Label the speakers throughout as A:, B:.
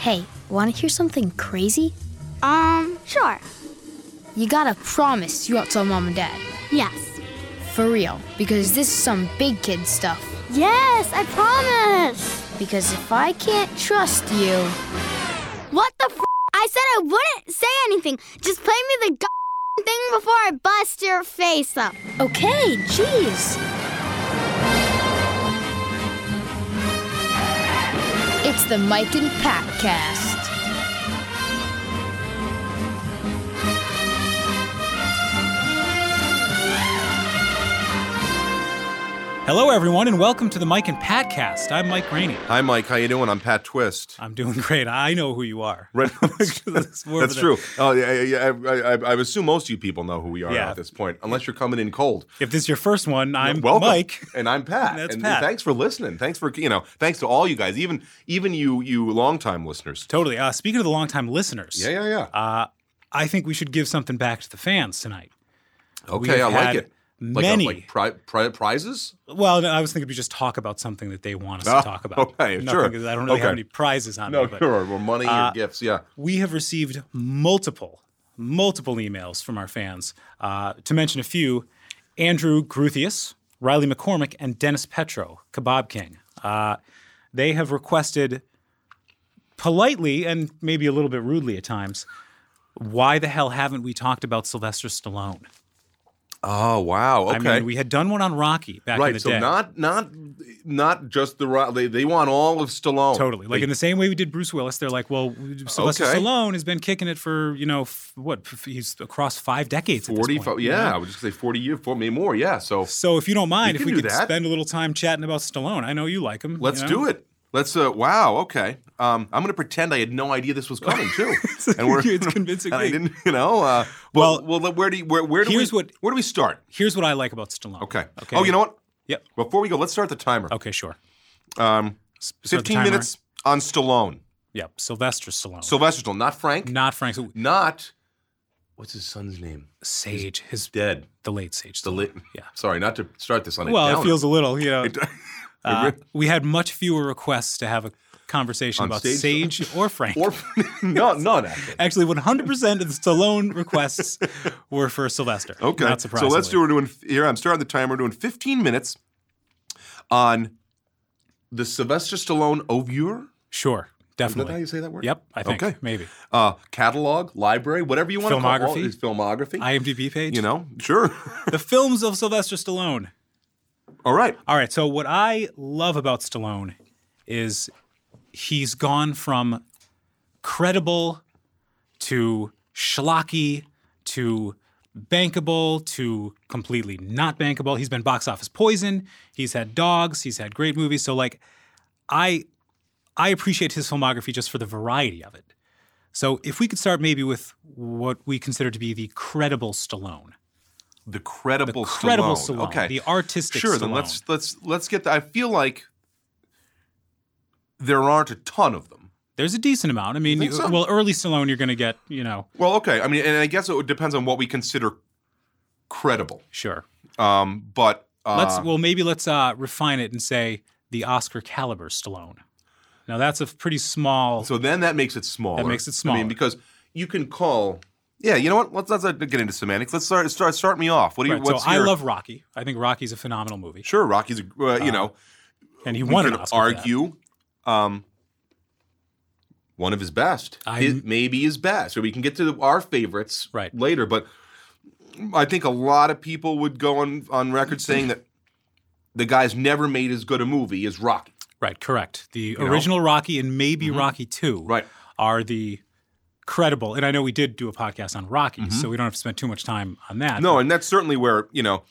A: Hey, want to hear something crazy?
B: Um, sure.
A: You gotta promise you won't tell mom and dad.
B: Yes.
A: For real. Because this is some big kid stuff.
B: Yes, I promise.
A: Because if I can't trust you.
B: What the f? I said I wouldn't say anything. Just play me the g- thing before I bust your face up.
A: Okay, jeez. It's the Mike and Pat cast.
C: Hello, everyone, and welcome to the Mike and Pat cast. I'm Mike Rainey.
D: Hi, Mike. How you doing? I'm Pat Twist.
C: I'm doing great. I know who you are.
D: Right.
C: That's
D: That's true. Oh, yeah, yeah, yeah, I, I, I assume most of you people know who we are
C: Yeah.
D: at this point, unless you're coming in cold.
C: If this is your first one, I'm
D: Welcome,
C: Mike.
D: and I'm Pat.
C: That's
D: and
C: Pat.
D: Thanks for listening. Thanks for you know. Thanks to all you guys, even even you you longtime listeners.
C: Totally. Uh, speaking of the longtime listeners,
D: Yeah, yeah, yeah.
C: Uh, I think we should give something back to the fans tonight. we
D: okay, I
C: have
D: like
C: had
D: it. Like, uh,
C: many.
D: like pri- pri- prizes.
C: Well, no, I was thinking we just talk about something that they want us
D: Ah,
C: to talk about.
D: okay,
C: Nothing-
D: sure.
C: I don't really have
D: Okay.
C: any prizes on
D: No,
C: me, but
D: sure. Or money
C: Uh,
D: or gifts. Yeah.
C: we have received multiple, multiple emails from our fans. Uh, to mention a few, Andrew Gruthius, Riley McCormick, and Dennis Petro, Kebab King. Uh, they have requested politely and maybe a little bit rudely at times, why the hell haven't we talked about Sylvester Stallone?
D: Oh wow. Okay.
C: I mean, we had done one on Rocky back in
D: right.
C: the
D: So
C: day.
D: not not not just the Ro- they they want all of Stallone.
C: Totally. Like in the same way we did Bruce Willis, they're like, well, Sylvester
D: Okay.
C: Stallone has been kicking it for, you know, f- what? F- he's across five decades. at this
D: Forty
C: point,
D: five.
C: you
D: Yeah,
C: know?
D: I would just say forty years, for maybe more. Yeah. So
C: So if you don't mind,
D: We
C: if
D: can
C: we
D: do
C: could
D: that.
C: spend a little time chatting about Stallone, I know you like him.
D: Let's do it. Let's. Uh, wow. Okay. Um, I'm going to pretend I had no idea this was coming too,
C: It's convincing
D: and I
C: me.
D: didn't. You know. Uh,
C: Well,
D: well, well, Where do you, where, where do
C: here's
D: we
C: what-
D: where do we start?
C: Here's what I like about Stallone.
D: Okay.
C: Okay.
D: Oh, you know what?
C: Yep.
D: Before we go, let's start the timer.
C: Okay. Sure.
D: Um,
C: S- start the
D: 15
C: timer.
D: minutes on Stallone,
C: Yep. Sylvester Stallone.
D: Sylvester Stallone, not Frank,
C: not Frank.
D: not what's his son's name?
C: Sage. His
D: Dead.
C: the late Sage.
D: The lit.
C: Yeah.
D: Sorry, not to start this on a
C: Well, it
D: downer.
C: feels a little. You know,
D: It-
C: uh, we had much fewer requests to have a conversation
D: On
C: about
D: stage?
C: Sage or Frank.
D: or no, none actually.
C: Actually, 100% of the Stallone requests were for Sylvester.
D: Okay.
C: Not
D: so
C: surprisingly.
D: let's do we're doing here. I'm starting the timer. We're doing 15 minutes on the Sylvester Stallone Ovure.
C: Sure.
D: Is that how
C: Definitely.
D: you say that word?
C: Yep. I think.
D: Okay.
C: Maybe.
D: Uh, catalog, library, whatever you want to call
C: Filmography?
D: it. His filmography.
C: IMDb page.
D: you know, sure.
C: The films of Sylvester Stallone.
D: All right.
C: All right. So what I love about Stallone is he's gone from credible to schlocky to bankable to completely not bankable. He's been box office poison. He's had dogs. He's had great movies. So like, I I appreciate his filmography just for the variety of it. So if we could start maybe with what we consider to be the credible Stallone.
D: The credible,
C: Credible
D: Stallone.
C: Stallone.
D: Okay.
C: The artistic
D: sure.
C: Stallone.
D: Then let's let's let's get. The, I feel like there aren't a ton of them.
C: There's a decent amount. I mean,
D: think
C: you-
D: so?
C: well, early Stallone, you're going to get, you know,
D: Well, okay. I mean, and I guess it depends on what we consider credible.
C: sure.
D: Um, but uh,
C: Let's well, maybe let's uh, refine it and say the Oscar caliber Stallone. Now that's a pretty small.
D: So then that makes it smaller.
C: That makes it
D: I
C: smaller.
D: mean, because you can call. Yeah, you know what? Let's, let's not get into semantics. Let's start start start me off. What do you?
C: right, so
D: what's
C: I
D: your-
C: love Rocky. I think Rocky's a phenomenal movie,
D: Sure, Rocky's. a- Uh, you know,
C: and he
D: we
C: won an
D: can
C: Oscar. for that.
D: argue. Um, one of his best,
C: I'm-
D: His- maybe his best. So we can get to the- our favorites
C: Right.
D: later. But I think a lot of people would go on on record saying that the guy's never made as good a movie as Rocky.
C: Right, correct. The
D: know? Mm-hmm.
C: original Rocky and maybe Rocky Two.
D: Right.
C: Are the credible, and I know we did do a podcast on Rocky, so we don't have to spend too much time on that.
D: Mm-hmm. No, and that's certainly where you know,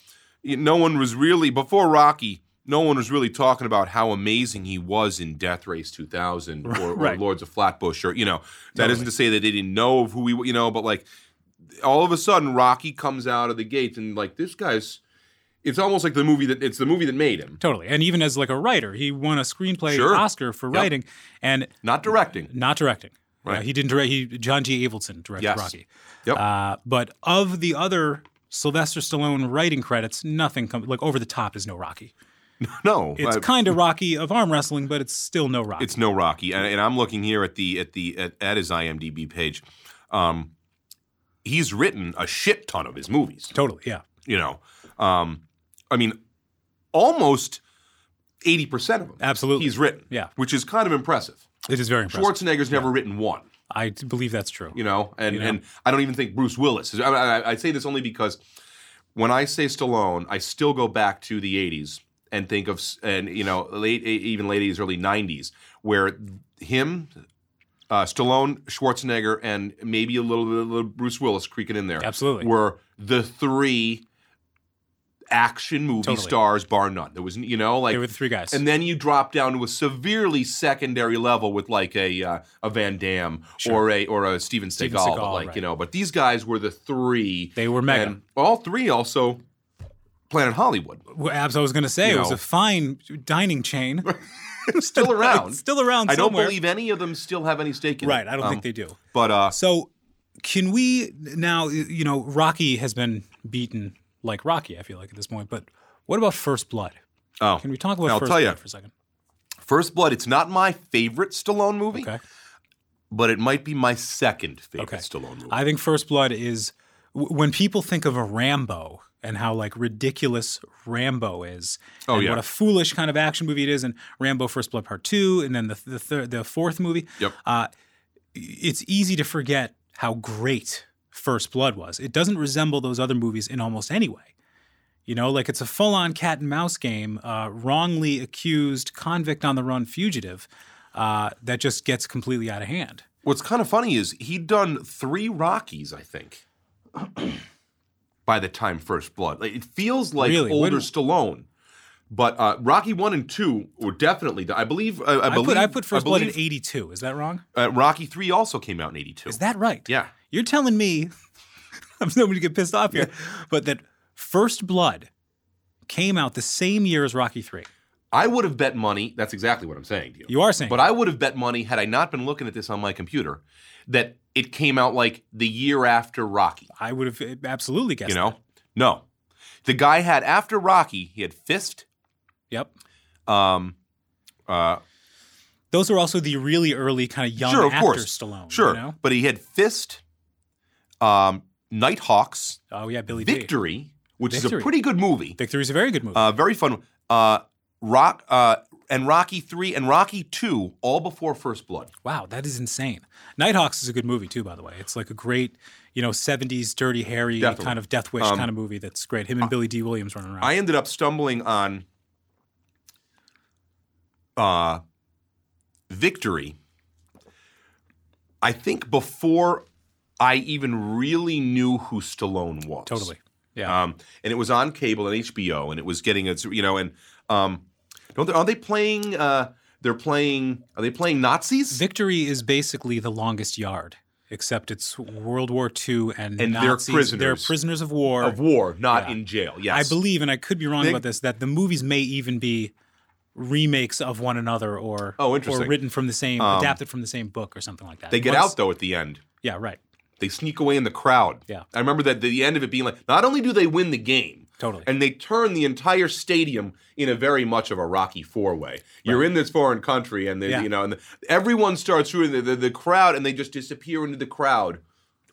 D: y- no one was really before Rocky. No one was really talking about how amazing he was in Death Race 2000 or, or
C: Right.
D: Lords of Flatbush, or you know, that not to say that they didn't know of who he, wa- you know, but like all of a sudden Rocky comes out of the gates and like this guy's, it's almost like the movie that it's the movie that made him,
C: totally. And even as like a writer, he won a screenplay
D: Sure.
C: Oscar for
D: Yep.
C: writing, and
D: not directing.
C: not directing.
D: Right.
C: Uh, he didn't direct. He John G. Avildsen directed
D: Yes.
C: Rocky.
D: Yep.
C: Uh, but of the other Sylvester Stallone writing credits, nothing comes like over the top is no Rocky.
D: No,
C: It's
D: I-
C: kind of Rocky of arm wrestling, but it's still no Rocky.
D: It's no Rocky, and, and I'm looking here at the at the at, at his IMDb page. Um, he's written a shit ton of his movies.
C: totally yeah.
D: You know, um, I mean, almost eighty percent of them.
C: Absolutely.
D: he's written.
C: Yeah.
D: which is kind of impressive.
C: It is very impressive.
D: Schwarzenegger's never written one.
C: I d- believe that's true.
D: You know, and and I don't even think Bruce Willis. Is, I, I, I say this only because when I say Stallone, I still go back to the '80s and think of s- and you know late e, even late '80s, early '90s, where him, uh, Stallone, Schwarzenegger, and maybe a little, little Bruce Willis creaking in there,
C: Absolutely.
D: were the three action movie
C: Totally.
D: stars, bar none. There was you know like
C: They were the three guys.
D: and then you drop down to a severely secondary level with like a uh, a Van Damme or a or a Steven Seagal,
C: Steven
D: but
C: Seagal,
D: like you
C: right.
D: know. But these guys were the three.
C: They were mega.
D: And all three also Planet Hollywood,
C: Well, Abs, I was going to say,
D: You
C: it was
D: know.
C: a fine dining chain.
D: still around.
C: It's still around
D: I don't
C: somewhere.
D: believe any of them still have any stake in it.
C: Right. I don't
D: Um,
C: think they do.
D: But uh,
C: So, can we now, you know, Rocky has been beaten like Rocky, I feel like, at this point. But what about First Blood?
D: oh,
C: Can we talk about
D: I'll
C: First
D: tell
C: Blood
D: you.
C: for a second?
D: First Blood. It's not my favorite Stallone movie,
C: Okay.
D: but it might be my second favorite
C: Okay.
D: Stallone movie.
C: I think First Blood is w- when people think of a Rambo and how like ridiculous Rambo is.
D: Oh,
C: and
D: yeah.
C: What a foolish kind of action movie it is, and Rambo First Blood Part Two, and then the the third, the fourth movie.
D: Yep.
C: Uh, it's easy to forget how great First Blood was. It doesn't resemble those other movies in almost any way. You know, like it's a full on cat and mouse game, uh, wrongly accused convict on the run fugitive uh, that just gets completely out of hand.
D: What's kind of funny is he'd done three Rockies, I think, by the time First Blood. Like, it feels like
C: Really?
D: older
C: When-
D: Stallone. But uh, Rocky one and two were definitely. the- I believe. uh, I, I
C: I,
D: believe.
C: put, I put First Blood
D: believe,
C: in 82. Is that wrong?
D: Uh, Rocky three also came out in eighty two.
C: Is that right?
D: Yeah.
C: You're telling me, I'm not going to get pissed off here, but that First Blood came out the same year as Rocky 3.
D: I would have bet money. That's exactly what I'm saying to you.
C: You are saying.
D: But I would have bet money had I not been looking at this on my computer that it came out like the year after Rocky.
C: I would have eh, absolutely guessed.
D: You know? No. The guy had after Rocky. He had Fist.
C: that. Yep.
D: Um, uh,
C: Those are also the really early kind of young
D: sure, of
C: after
D: course.
C: Stallone.
D: Sure,
C: You know?
D: but he had Fist, um, Nighthawks,
C: Oh, yeah, Billy D.
D: Victory, which is a
C: Victory.
D: pretty good movie,
C: Victory's a very good movie.
D: uh, very fun. one. Uh, Rock uh, and Rocky Three and Rocky Two, all before First Blood.
C: wow, that is insane. Nighthawks is a good movie, too, by the way. It's like a great, you know, 70s Dirty Harry
D: Definitely.
C: kind of Death Wish kind of movie that's great. Him and Billy D. Williams running around.
D: Um, I ended up stumbling on uh, Victory. I think before I even really knew who Stallone was.
C: totally. Yeah.
D: Um, and it was on cable and HBO, and it was getting its you know and um, don't they, are they playing? Uh, they're playing. Are they playing Nazis?
C: Victory is basically the longest yard, except it's World War II and,
D: And they're
C: Nazis. They're
D: prisoners.
C: prisoners of war.
D: of war, not
C: Yeah.
D: in jail. Yes,
C: I believe, and I could be wrong
D: They-
C: about this, that the movies may even be remakes of one another, or
D: Oh,
C: or
D: interesting. Um,
C: written from the same, adapted from the same book, or something like that.
D: They get
C: Once-
D: out though at the end.
C: Yeah, right.
D: They sneak away in the crowd.
C: Yeah.
D: I remember that the end of it being like, not only do they win the game,
C: Totally.
D: and they turn the entire stadium in a very much of a Rocky Four way. You're in this foreign country, and they,
C: Yeah.
D: you know, and the, everyone starts through the, the the crowd, and they just disappear into the crowd,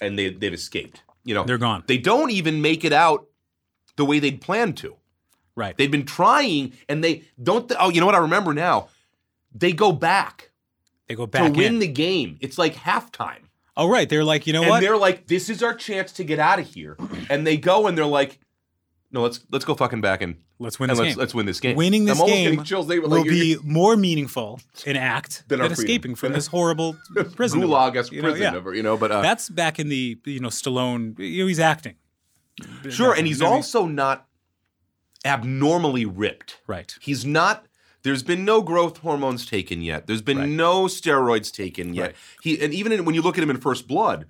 D: and they they've escaped. You know,
C: They're gone.
D: They don't even make it out the way they'd planned to.
C: Right.
D: They've been trying, and they don't. oh, you know what? I remember now. They go back,
C: They go back
D: to win
C: in.
D: the game. It's like halftime.
C: oh, right. They're like, you know what?
D: And they're like, "This is our chance to get out of here." And they go and they're like, "No, let's let's go fucking back and
C: Let's win
D: and
C: this
D: let's
C: game.
D: let's win this game."
C: Winning this
D: I'm almost
C: game
D: getting chills. They were
C: will
D: like,
C: be
D: you're-
C: more meaningful in act
D: Than
C: than,
D: our freedom.
C: escaping from this horrible prison. that we're
D: gulag
C: in,
D: as
C: you
D: prison,
C: know? Yeah.
D: over- you know. But uh,
C: That's back in the you know Stallone. You know, he's acting.
D: sure, and he's
C: I mean-
D: also not abnormally ripped.
C: Right.
D: He's not. There's been no growth hormones taken yet. There's been
C: Right.
D: no steroids taken yet.
C: Right.
D: He and even in, when you look at him in First Blood,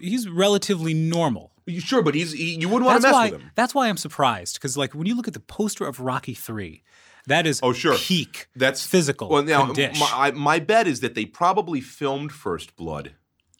C: He's relatively normal.
D: you sure, but he's he, you wouldn't want to
C: That's
D: mess
C: why.
D: with him.
C: That's why I'm surprised because like when you look at the poster of Rocky Three, that is
D: Oh, sure.
C: peak.
D: That's
C: physical.
D: Well, now
C: condition.
D: my, I, my bet is that they probably filmed First Blood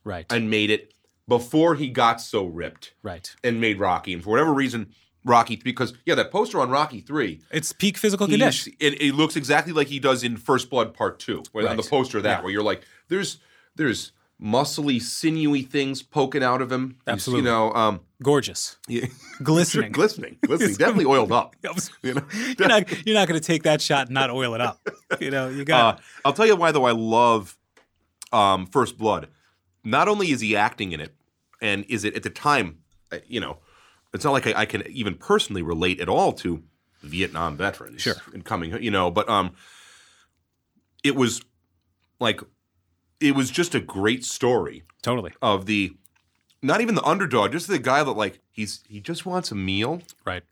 C: right.
D: and made it before he got so ripped
C: right.
D: and made Rocky. And for whatever reason, Rocky because yeah, that poster on Rocky Three.
C: It's peak physical
D: he's-
C: condition.
D: It, it looks exactly like he does in First Blood Part Two, where on the
C: Right.
D: poster that
C: Yeah.
D: where you're like, there's there's muscly, sinewy things poking out of him. He's,
C: Absolutely.
D: you know, um,
C: Gorgeous.
D: yeah,
C: Glistening.
D: glistening, glistening, definitely oiled up.
C: you're not, you're not going to take that shot and not oil it up. You know, you got
D: Uh, I'll tell you why though I love um, First Blood. Not only is he acting in it, and is it at the time, uh, you know, it's not like I, I can even personally relate at all to Vietnam veterans,
C: Sure.
D: and coming, you know, but um, it was like it was just a great story
C: totally
D: of the not even the underdog, just the guy that like he's he just wants a meal
C: right.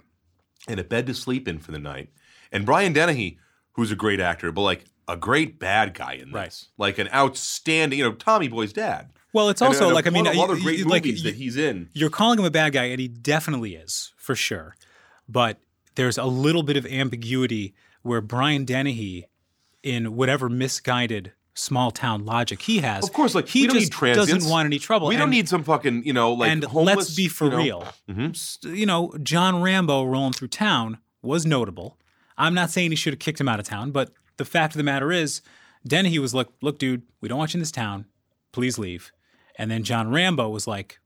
D: and a bed to sleep in for the night. And Brian Dennehy, who's a great actor, but like a great bad guy in this,
C: Right.
D: like an outstanding, you know, Tommy Boy's dad.
C: Well, it's
D: And-
C: also
D: and a
C: like I mean, uh,
D: lot of
C: you-
D: other great
C: you- like,
D: movies that
C: you-
D: he's in.
C: you're calling him a bad guy, and he definitely is for sure. But there's a little bit of ambiguity where Brian Dennehy, in whatever misguided small town logic he has,
D: Of course, like
C: he
D: we don't
C: just
D: need transits.
C: doesn't want any trouble.
D: We don't
C: and-
D: need some fucking, you know, like
C: and
D: homeless,
C: let's be for
D: you know- Mm-hmm.
C: real. S- You know, John Rambo rolling through town was notable. I'm not saying he should have kicked him out of town, but the fact of the matter is, Dennehy was like, "Look, dude, we don't want you in this town. Please leave." And then John Rambo was like,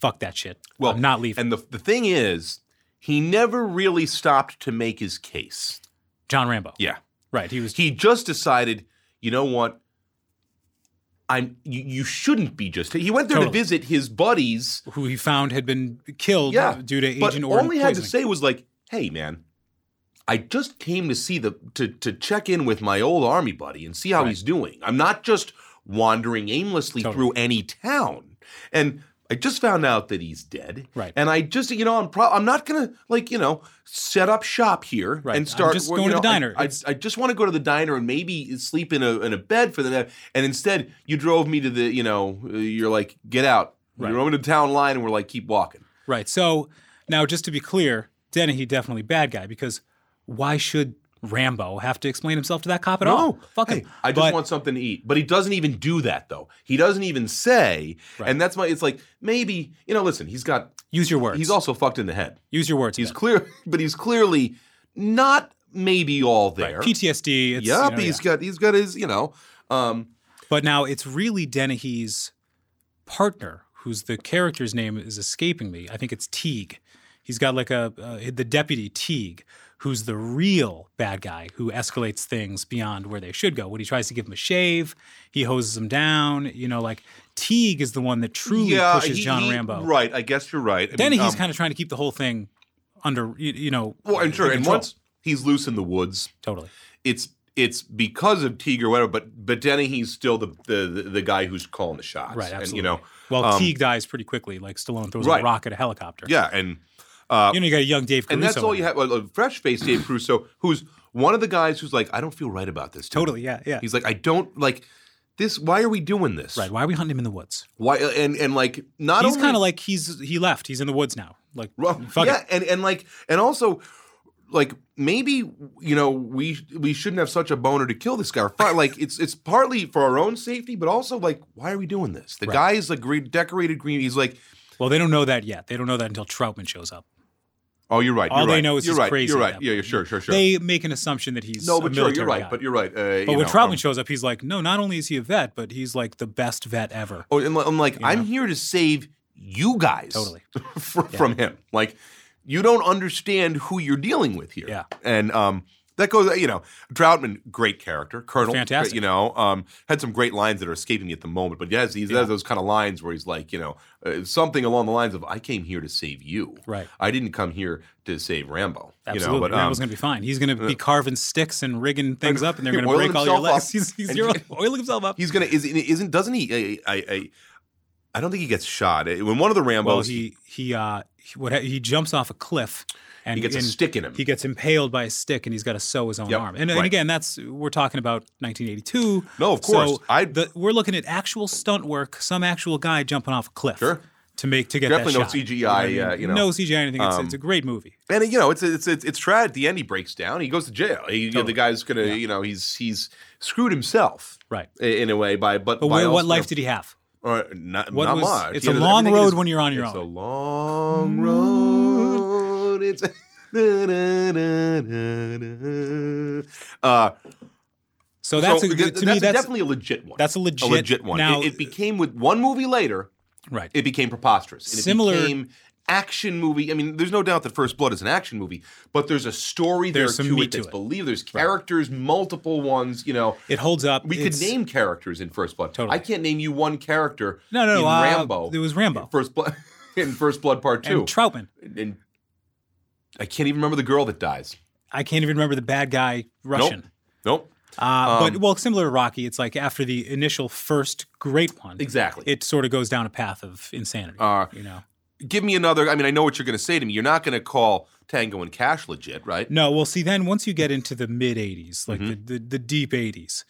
C: "Fuck that shit.
D: Well,
C: I'm not leaving."
D: And the the thing is, he never really stopped to make his case.
C: John Rambo.
D: Yeah.
C: Right. He was.
D: He just decided, you know what? I'm you, you shouldn't be just. He went there to
C: Totally.
D: visit his buddies
C: who he found had been killed
D: yeah,
C: due to
D: but
C: Agent
D: all
C: Orange
D: he
C: poisoning.
D: had to say was like, "Hey, man, I just came to see the to to check in with my old army buddy and see how he's doing. I'm not just wandering aimlessly
C: Totally.
D: through any town, and I just found out that he's dead.
C: Right.
D: and I just you know I'm pro- I'm not gonna like you know set up shop here
C: Right. I'm
D: and start
C: just
D: well,
C: going
D: you
C: to the
D: know, I-
C: diner.
D: I,
C: It's-
D: I just want to go to the diner and maybe sleep in a in a bed for the night. And instead, you drove me to the you know uh, you're like get out.
C: Right.
D: You're over to the town line, and we're like keep walking.
C: Right. So now, just to be clear, Dennehy definitely bad guy because why should Rambo have to explain himself to that cop at all? Fuck
D: Hey,
C: him.
D: I just
C: But-
D: want something to eat. But he doesn't even do that though. He doesn't even say. And that's my. It's like maybe you know. Listen, he's got.
C: use your words.
D: He's also fucked in the head.
C: use your words.
D: He's
C: Ben.
D: clear, but he's clearly not maybe all there.
C: PTSD. It's,
D: Yup,
C: you know,
D: he's
C: yeah.
D: got he's got his you know. Um,
C: But now it's really Dennehy's partner, who's the character's name is escaping me. I think it's Teague. He's got like a uh, the deputy Teague, who's the real bad guy who escalates things beyond where they should go. When he tries to give him a shave, he hoses him down. You know, like Teague is the one that truly
D: yeah,
C: pushes
D: he-
C: John
D: he-
C: Rambo.
D: Right, I guess you're right. I
C: Dennehy's
D: mean, um,
C: kind of trying to keep the whole thing under, you, you know.
D: Well, I'm sure.
C: in
D: And
C: control.
D: once he's loose in the woods,
C: totally
D: it's it's because of Teague or whatever. But but Dennehy's still the the the, the guy who's calling the shots.
C: right, absolutely.
D: And, you know.
C: well,
D: um,
C: Teague dies pretty quickly. Like Stallone throws
D: right.
C: a rock at a helicopter.
D: Yeah, and
C: you know, you got a young Dave Caruso.
D: and that's all
C: in
D: you
C: there.
D: have. well, A fresh faced Dave Crusoe, who's one of the guys who's like, I don't feel right about this. dude."
C: Totally, yeah, yeah.
D: He's like, I don't like this. Why are we doing this?
C: Right? Why are we hunting him in the woods?
D: Why? And and like, not
C: He's
D: only
C: kind of like he's he left. He's in the woods now. Like
D: Well,
C: fuck
D: yeah,
C: it.
D: and and like, and also, like maybe you know we we shouldn't have such a boner to kill this guy. Or fi- Like it's it's partly for our own safety, but also like, why are we doing this? The guy is like gre- decorated green. He's like,
C: Well, they don't know that yet. They don't know that until Troutman shows up.
D: oh, you're right.
C: All
D: you're
C: they
D: right,
C: know is
D: you're
C: he's
D: right.
C: crazy at
D: You're right.
C: that
D: Yeah, yeah,
C: point.
D: sure, sure, sure.
C: They make an assumption that he's
D: no,
C: a
D: but sure,
C: military
D: you're right.
C: guy.
D: But you're right. Uh,
C: But
D: you
C: when
D: know,
C: Troutman
D: um,
C: shows up, he's like, no, not only is he a vet, but he's like the best vet ever.
D: Oh, and li- I'm like, I'm here to save you guys
C: Totally.
D: fr- from him. Like, you don't understand who you're dealing with here.
C: Yeah.
D: and um, that goes. You know, Droutman, great character, Colonel,
C: Fantastic.
D: You know, um, had some great lines that are escaping me at the moment, but he has these he has those kind of lines where he's like, you know, uh, something along the lines of, "I came here to save you.
C: Right.
D: I didn't come here to save Rambo.
C: Absolutely.
D: You know, but um,
C: Rambo's going to be fine. He's going to be carving sticks and rigging things up, and they're going to
D: Oiling
C: break all your
D: himself
C: legs.
D: up.
C: He's, he's
D: And-
C: zero- oiling himself up.
D: he's gonna is isn't doesn't he? I I I, I don't think he gets shot. When one of the Rambo's
C: well, he he uh he, what he jumps off a cliff, and
D: he gets
C: and
D: a stick in him.
C: He gets impaled by a stick, and he's got to sew his own
D: Yep,
C: arm. And,
D: right.
C: and again, that's we're talking about 1982.
D: No, of course.
C: So
D: I-
C: the, we're looking at actual stunt work, some actual guy jumping off a cliff.
D: Sure.
C: To make to get
D: Definitely
C: that
D: no
C: shot.
D: CGI,
C: what
D: uh, you know.
C: no CGI. Anything. It's, it's a great movie.
D: And you know, it's it's it's, it's trad. At the end, he breaks down. He goes to jail. He, The guy's gonna, you know, he's he's screwed himself,
C: Right.
D: i- In a way, by but
C: But
D: by
C: where,
D: also-
C: what life did he have?
D: Or not,
C: what
D: not
C: was-
D: much.
C: it's
D: You
C: a
D: know,
C: long
D: everything
C: road when you're on your
D: It's
C: own.
D: a long road it's. Uh,
C: So that's
D: so
C: a,
D: th-
C: to me that's
D: definitely a legit one.
C: that's a legit-
D: one.
C: now-
D: it, it became with one movie later.
C: right.
D: It became preposterous. And
C: Similar-
D: it became action movie. I mean, there's no doubt that First Blood is an action movie, but there's a story
C: There's
D: there
C: some
D: to
C: meat
D: it
C: to
D: that's
C: it.
D: believable. There's characters, multiple ones. You know,
C: it holds up.
D: we could
C: It's-
D: name characters in First Blood.
C: Totally.
D: I can't name you one character.
C: No, no,
D: in
C: no, uh,
D: Rambo.
C: it was Rambo.
D: First Blood in First Blood Part Two.
C: and Troutman.
D: and I can't even remember the girl that dies.
C: I can't even remember the bad guy Russian.
D: Nope. Nope.
C: Uh, but
D: Um,
C: well, similar to Rocky, it's like after the initial first great one,
D: Exactly.
C: it sort of goes down a path of insanity.
D: Uh,
C: you know,
D: Give me another. I mean, I know what you're going to say to me. You're not going to call Tango and Cash legit, right?
C: no. Well, see, then once you get into the mid '80s, like
D: Mm-hmm.
C: the, the the deep '80s,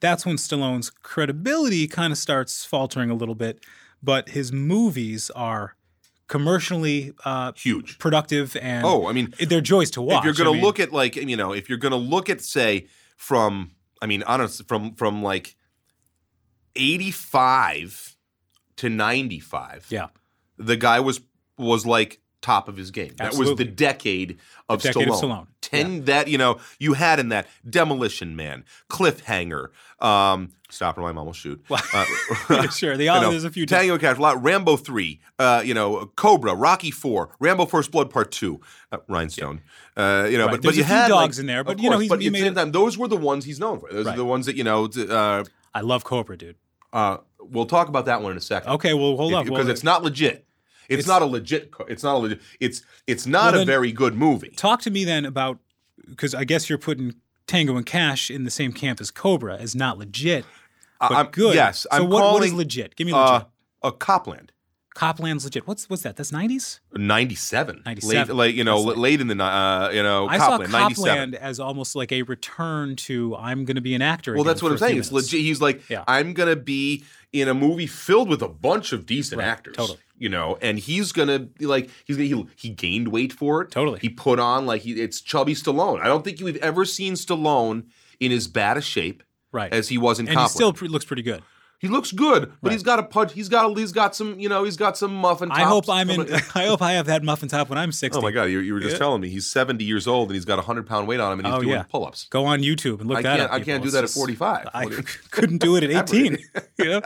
C: that's when Stallone's credibility kind of starts faltering a little bit. But his movies are commercially uh,
D: Huge.
C: productive, and
D: Oh, I mean,
C: they're joys to watch.
D: if you're going
C: I
D: to
C: mean,
D: look at like you know if you're going to look at say from i mean honest from from like 85 to 95
C: yeah,
D: the guy was was like top of his game that was
C: Absolutely.
D: the decade of
C: The decade of
D: stallone,
C: Stallone.
D: 10 that you know you had in that demolition man cliffhanger um stop or my mom will shoot Uh,
C: sure. They
D: you
C: all
D: know,
C: there's a few.
D: Tango and Cash, a lot. Rambo three, uh, you know, Cobra, Rocky four, Rambo First Blood Part two, uh, Rhinestone. Uh, you know,
C: Right.
D: but
C: There's
D: but you
C: a few
D: had
C: dogs
D: like-
C: in there,
D: of
C: but, you know,
D: course,
C: he's-
D: but
C: he
D: at the
C: made
D: same
C: it-
D: time, those were the ones he's known for. Those
C: Right.
D: are the ones that you know. t- Uh,
C: I love Cobra, dude.
D: uh, we'll talk about that one in a second.
C: Okay, well, hold
D: If-
C: up.
D: because
C: well,
D: it's not legit. It's,
C: It's-
D: not a legit. co- It's not a legit. It's it's not
C: Well,
D: a
C: then-
D: very good movie.
C: talk to me then about because I guess you're putting Tango and Cash in the same camp as Cobra as not legit,
D: I-
C: but
D: I'm-
C: good.
D: Yes,
C: So
D: I'm
C: what,
D: calling
C: what is legit? Give me legit.
D: uh, a Copland.
C: Copland's legit. What's what's that? That's 90s.
D: 97.
C: 97.
D: Late, like, you know,
C: That's
D: l- late in the, ni- uh, you know,
C: I
D: Copland,
C: saw
D: 97.
C: Copland as almost like a return to I'm going to be an actor.
D: Well,
C: again
D: that's what
C: for
D: I'm
C: a few
D: saying. It's
C: minutes.
D: legit. He's like,
C: Yeah.
D: I'm gonna be in a movie filled with a bunch of decent
C: Right,
D: actors.
C: totally.
D: You know, and he's gonna be like, he's gonna, he, he gained weight for it.
C: Totally.
D: He put on like he, it's chubby Stallone. I don't think we've ever seen Stallone in as bad a shape
C: right?
D: as he was in.
C: and he
D: Copland.
C: still pre- looks pretty good.
D: he looks good, but
C: Right.
D: he's got a pudge. He's got a, he's got some you know he's got some muffin.
C: I hope
D: tops
C: I'm in.
D: coming-
C: I hope I have that muffin top when I'm 60.
D: Oh my god! You, you were just
C: Yeah.
D: telling me he's 70 years old and he's got a hundred pound weight on him and he's
C: Oh,
D: doing
C: yeah.
D: pull-ups.
C: Go on YouTube and look
D: I
C: that up.
D: can't. I can't
C: people.
D: do
C: It's
D: that at
C: just-
D: 45.
C: I
D: What do you-
C: couldn't do it at 18. you know?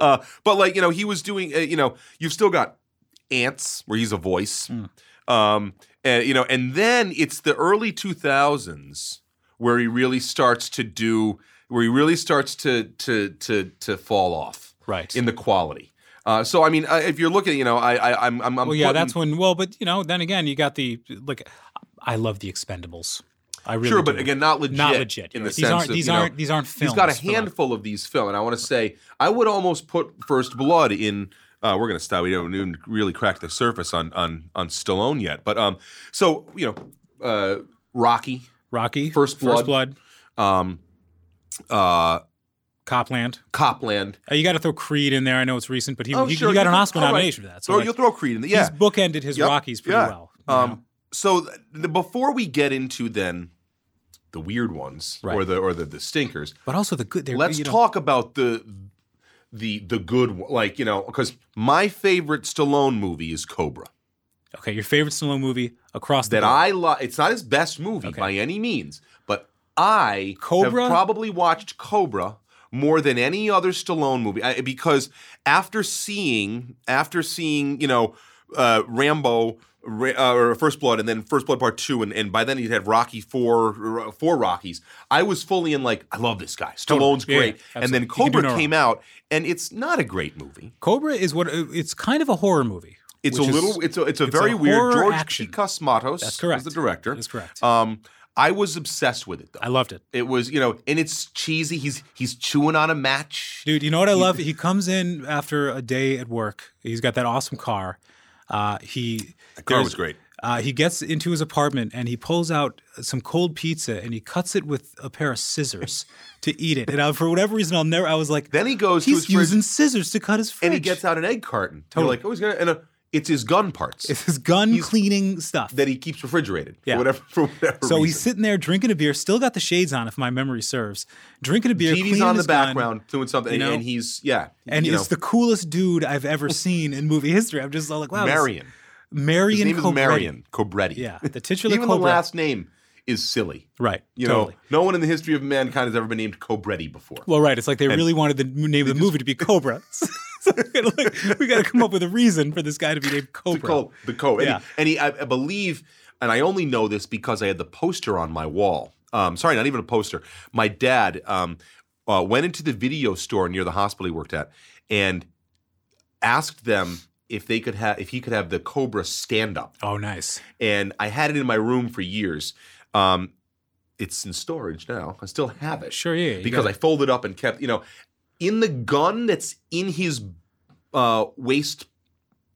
D: Uh, but like you know, he was doing. Uh, you know, you've still got ants where he's a voice.
C: Mm.
D: Um, and you know, and then it's the early two thousands where he really starts to do where he really starts to to to to fall off.
C: Right.
D: in the quality. Uh, so I mean, uh, if you're looking, you know, I, I I'm I'm, I'm
C: Well, yeah,
D: putting-
C: that's when. Well, but you know, then again, you got the like. I love the Expendables. I really
D: sure, but
C: do.
D: again, not legit.
C: Not legit.
D: In
C: You're
D: the
C: right.
D: sense
C: these aren't
D: of,
C: these
D: you know,
C: aren't these aren't films.
D: He's got a
C: but, like,
D: handful of these films, and I want to say I would almost put First Blood in. Uh, we're gonna stop. We don't even really crack the surface on on on Stallone yet, but um, so you know, uh, Rocky,
C: Rocky,
D: First Blood.
C: First Blood,
D: um, uh,
C: Copland.
D: Copland.
C: Uh, you got to throw Creed in there. I know it's recent, but he,
D: Oh,
C: he,
D: sure,
C: he got
D: you
C: an
D: can-
C: Oscar
D: all right.
C: nomination for that. So
D: Throw-
C: like,
D: you'll throw Creed in. The, yeah,
C: he's bookended his
D: Yep.
C: Rockies pretty
D: Yeah.
C: well. you know?
D: Um, so th- the, before we get into then the weird ones or
C: Right.
D: the or the, the stinkers,
C: but also the good. they're-
D: let's
C: you know,
D: talk about the the the good one. like you know because my favorite Stallone movie is Cobra.
C: Okay, your favorite Stallone movie across the
D: that
C: board.
D: I love. It's not his best movie
C: Okay.
D: by any means, but I
C: Cobra?
D: have probably watched Cobra more than any other Stallone movie I, because after seeing after seeing you know uh, Rambo. Ra- Uh, or First Blood, and then First Blood Part Two, and, and by then he'd had Rocky four, r- four Rockies. I was fully in like, I love this guy. Stallone's
C: Yeah, yeah,
D: great. and
C: absolutely. You can
D: then
C: do
D: Cobra
C: no
D: came out, and it's not a great movie.
C: Cobra is what it's kind of a horror movie.
D: It's a
C: which is-
D: little. It's a. It's a
C: it's a
D: very weird.
C: horror
D: George
C: action.
D: Picas Matos.
C: That's correct.
D: Is the director.
C: That's correct.
D: Um, I was obsessed with it though.
C: I loved it.
D: it was you know, and it's cheesy. He's he's chewing on a match.
C: Dude, you know what I love? He comes in after a day at work. He's got that awesome car. Uh, he that
D: car was great.
C: Uh, he gets into his apartment and he pulls out some cold pizza and he cuts it with a pair of scissors to eat it. And I, for whatever reason, I'll never. I was like,
D: Then he goes to
C: He's
D: his fridge-
C: using scissors to cut his fridge.
D: and he gets out an egg carton.
C: Totally.
D: Totally. You're like, oh, he's gonna. And uh it's his gun parts
C: it's his gun cleaning stuff.
D: that he keeps refrigerated.
C: Yeah.
D: For whatever. For whatever
C: so he's
D: reason.
C: sitting there drinking a beer, still got the shades on, if my memory serves. Drinking a beer,
D: TV's
C: cleaning
D: on the
C: his gun.
D: background doing something,
C: you
D: and-
C: know?
D: and he's yeah.
C: and
D: you
C: it's
D: know,
C: the coolest dude I've ever seen in movie history. I'm just all like, wow, this-
D: Marion.
C: Marion
D: His name
C: Cobretti.
D: is Marion Cobretti.
C: Yeah, the titular
D: Even
C: Cobra.
D: the last name is silly.
C: right.
D: You
C: totally.
D: know, no one in the history of mankind has ever been named Cobretti before.
C: Well, right. It's like they really wanted the m- name of the movie to be Cobra. so we gotta, look- we gotta come up with a reason for this guy to be named
D: the
C: Cobra.
D: co, the co. And,
C: Yeah.
D: he, and he- I, I believe, and I only know this because I had the poster on my wall. Um, sorry, not even a poster. My dad um, uh, went into the video store near the hospital he worked at and asked them if they could have if he could have the Cobra stand up.
C: Oh, nice.
D: And I had it in my room for years. Um, it's in storage now. I still have it
C: Sure, yeah.
D: because I folded up and kept, you know, in the gun that's in his uh, waist,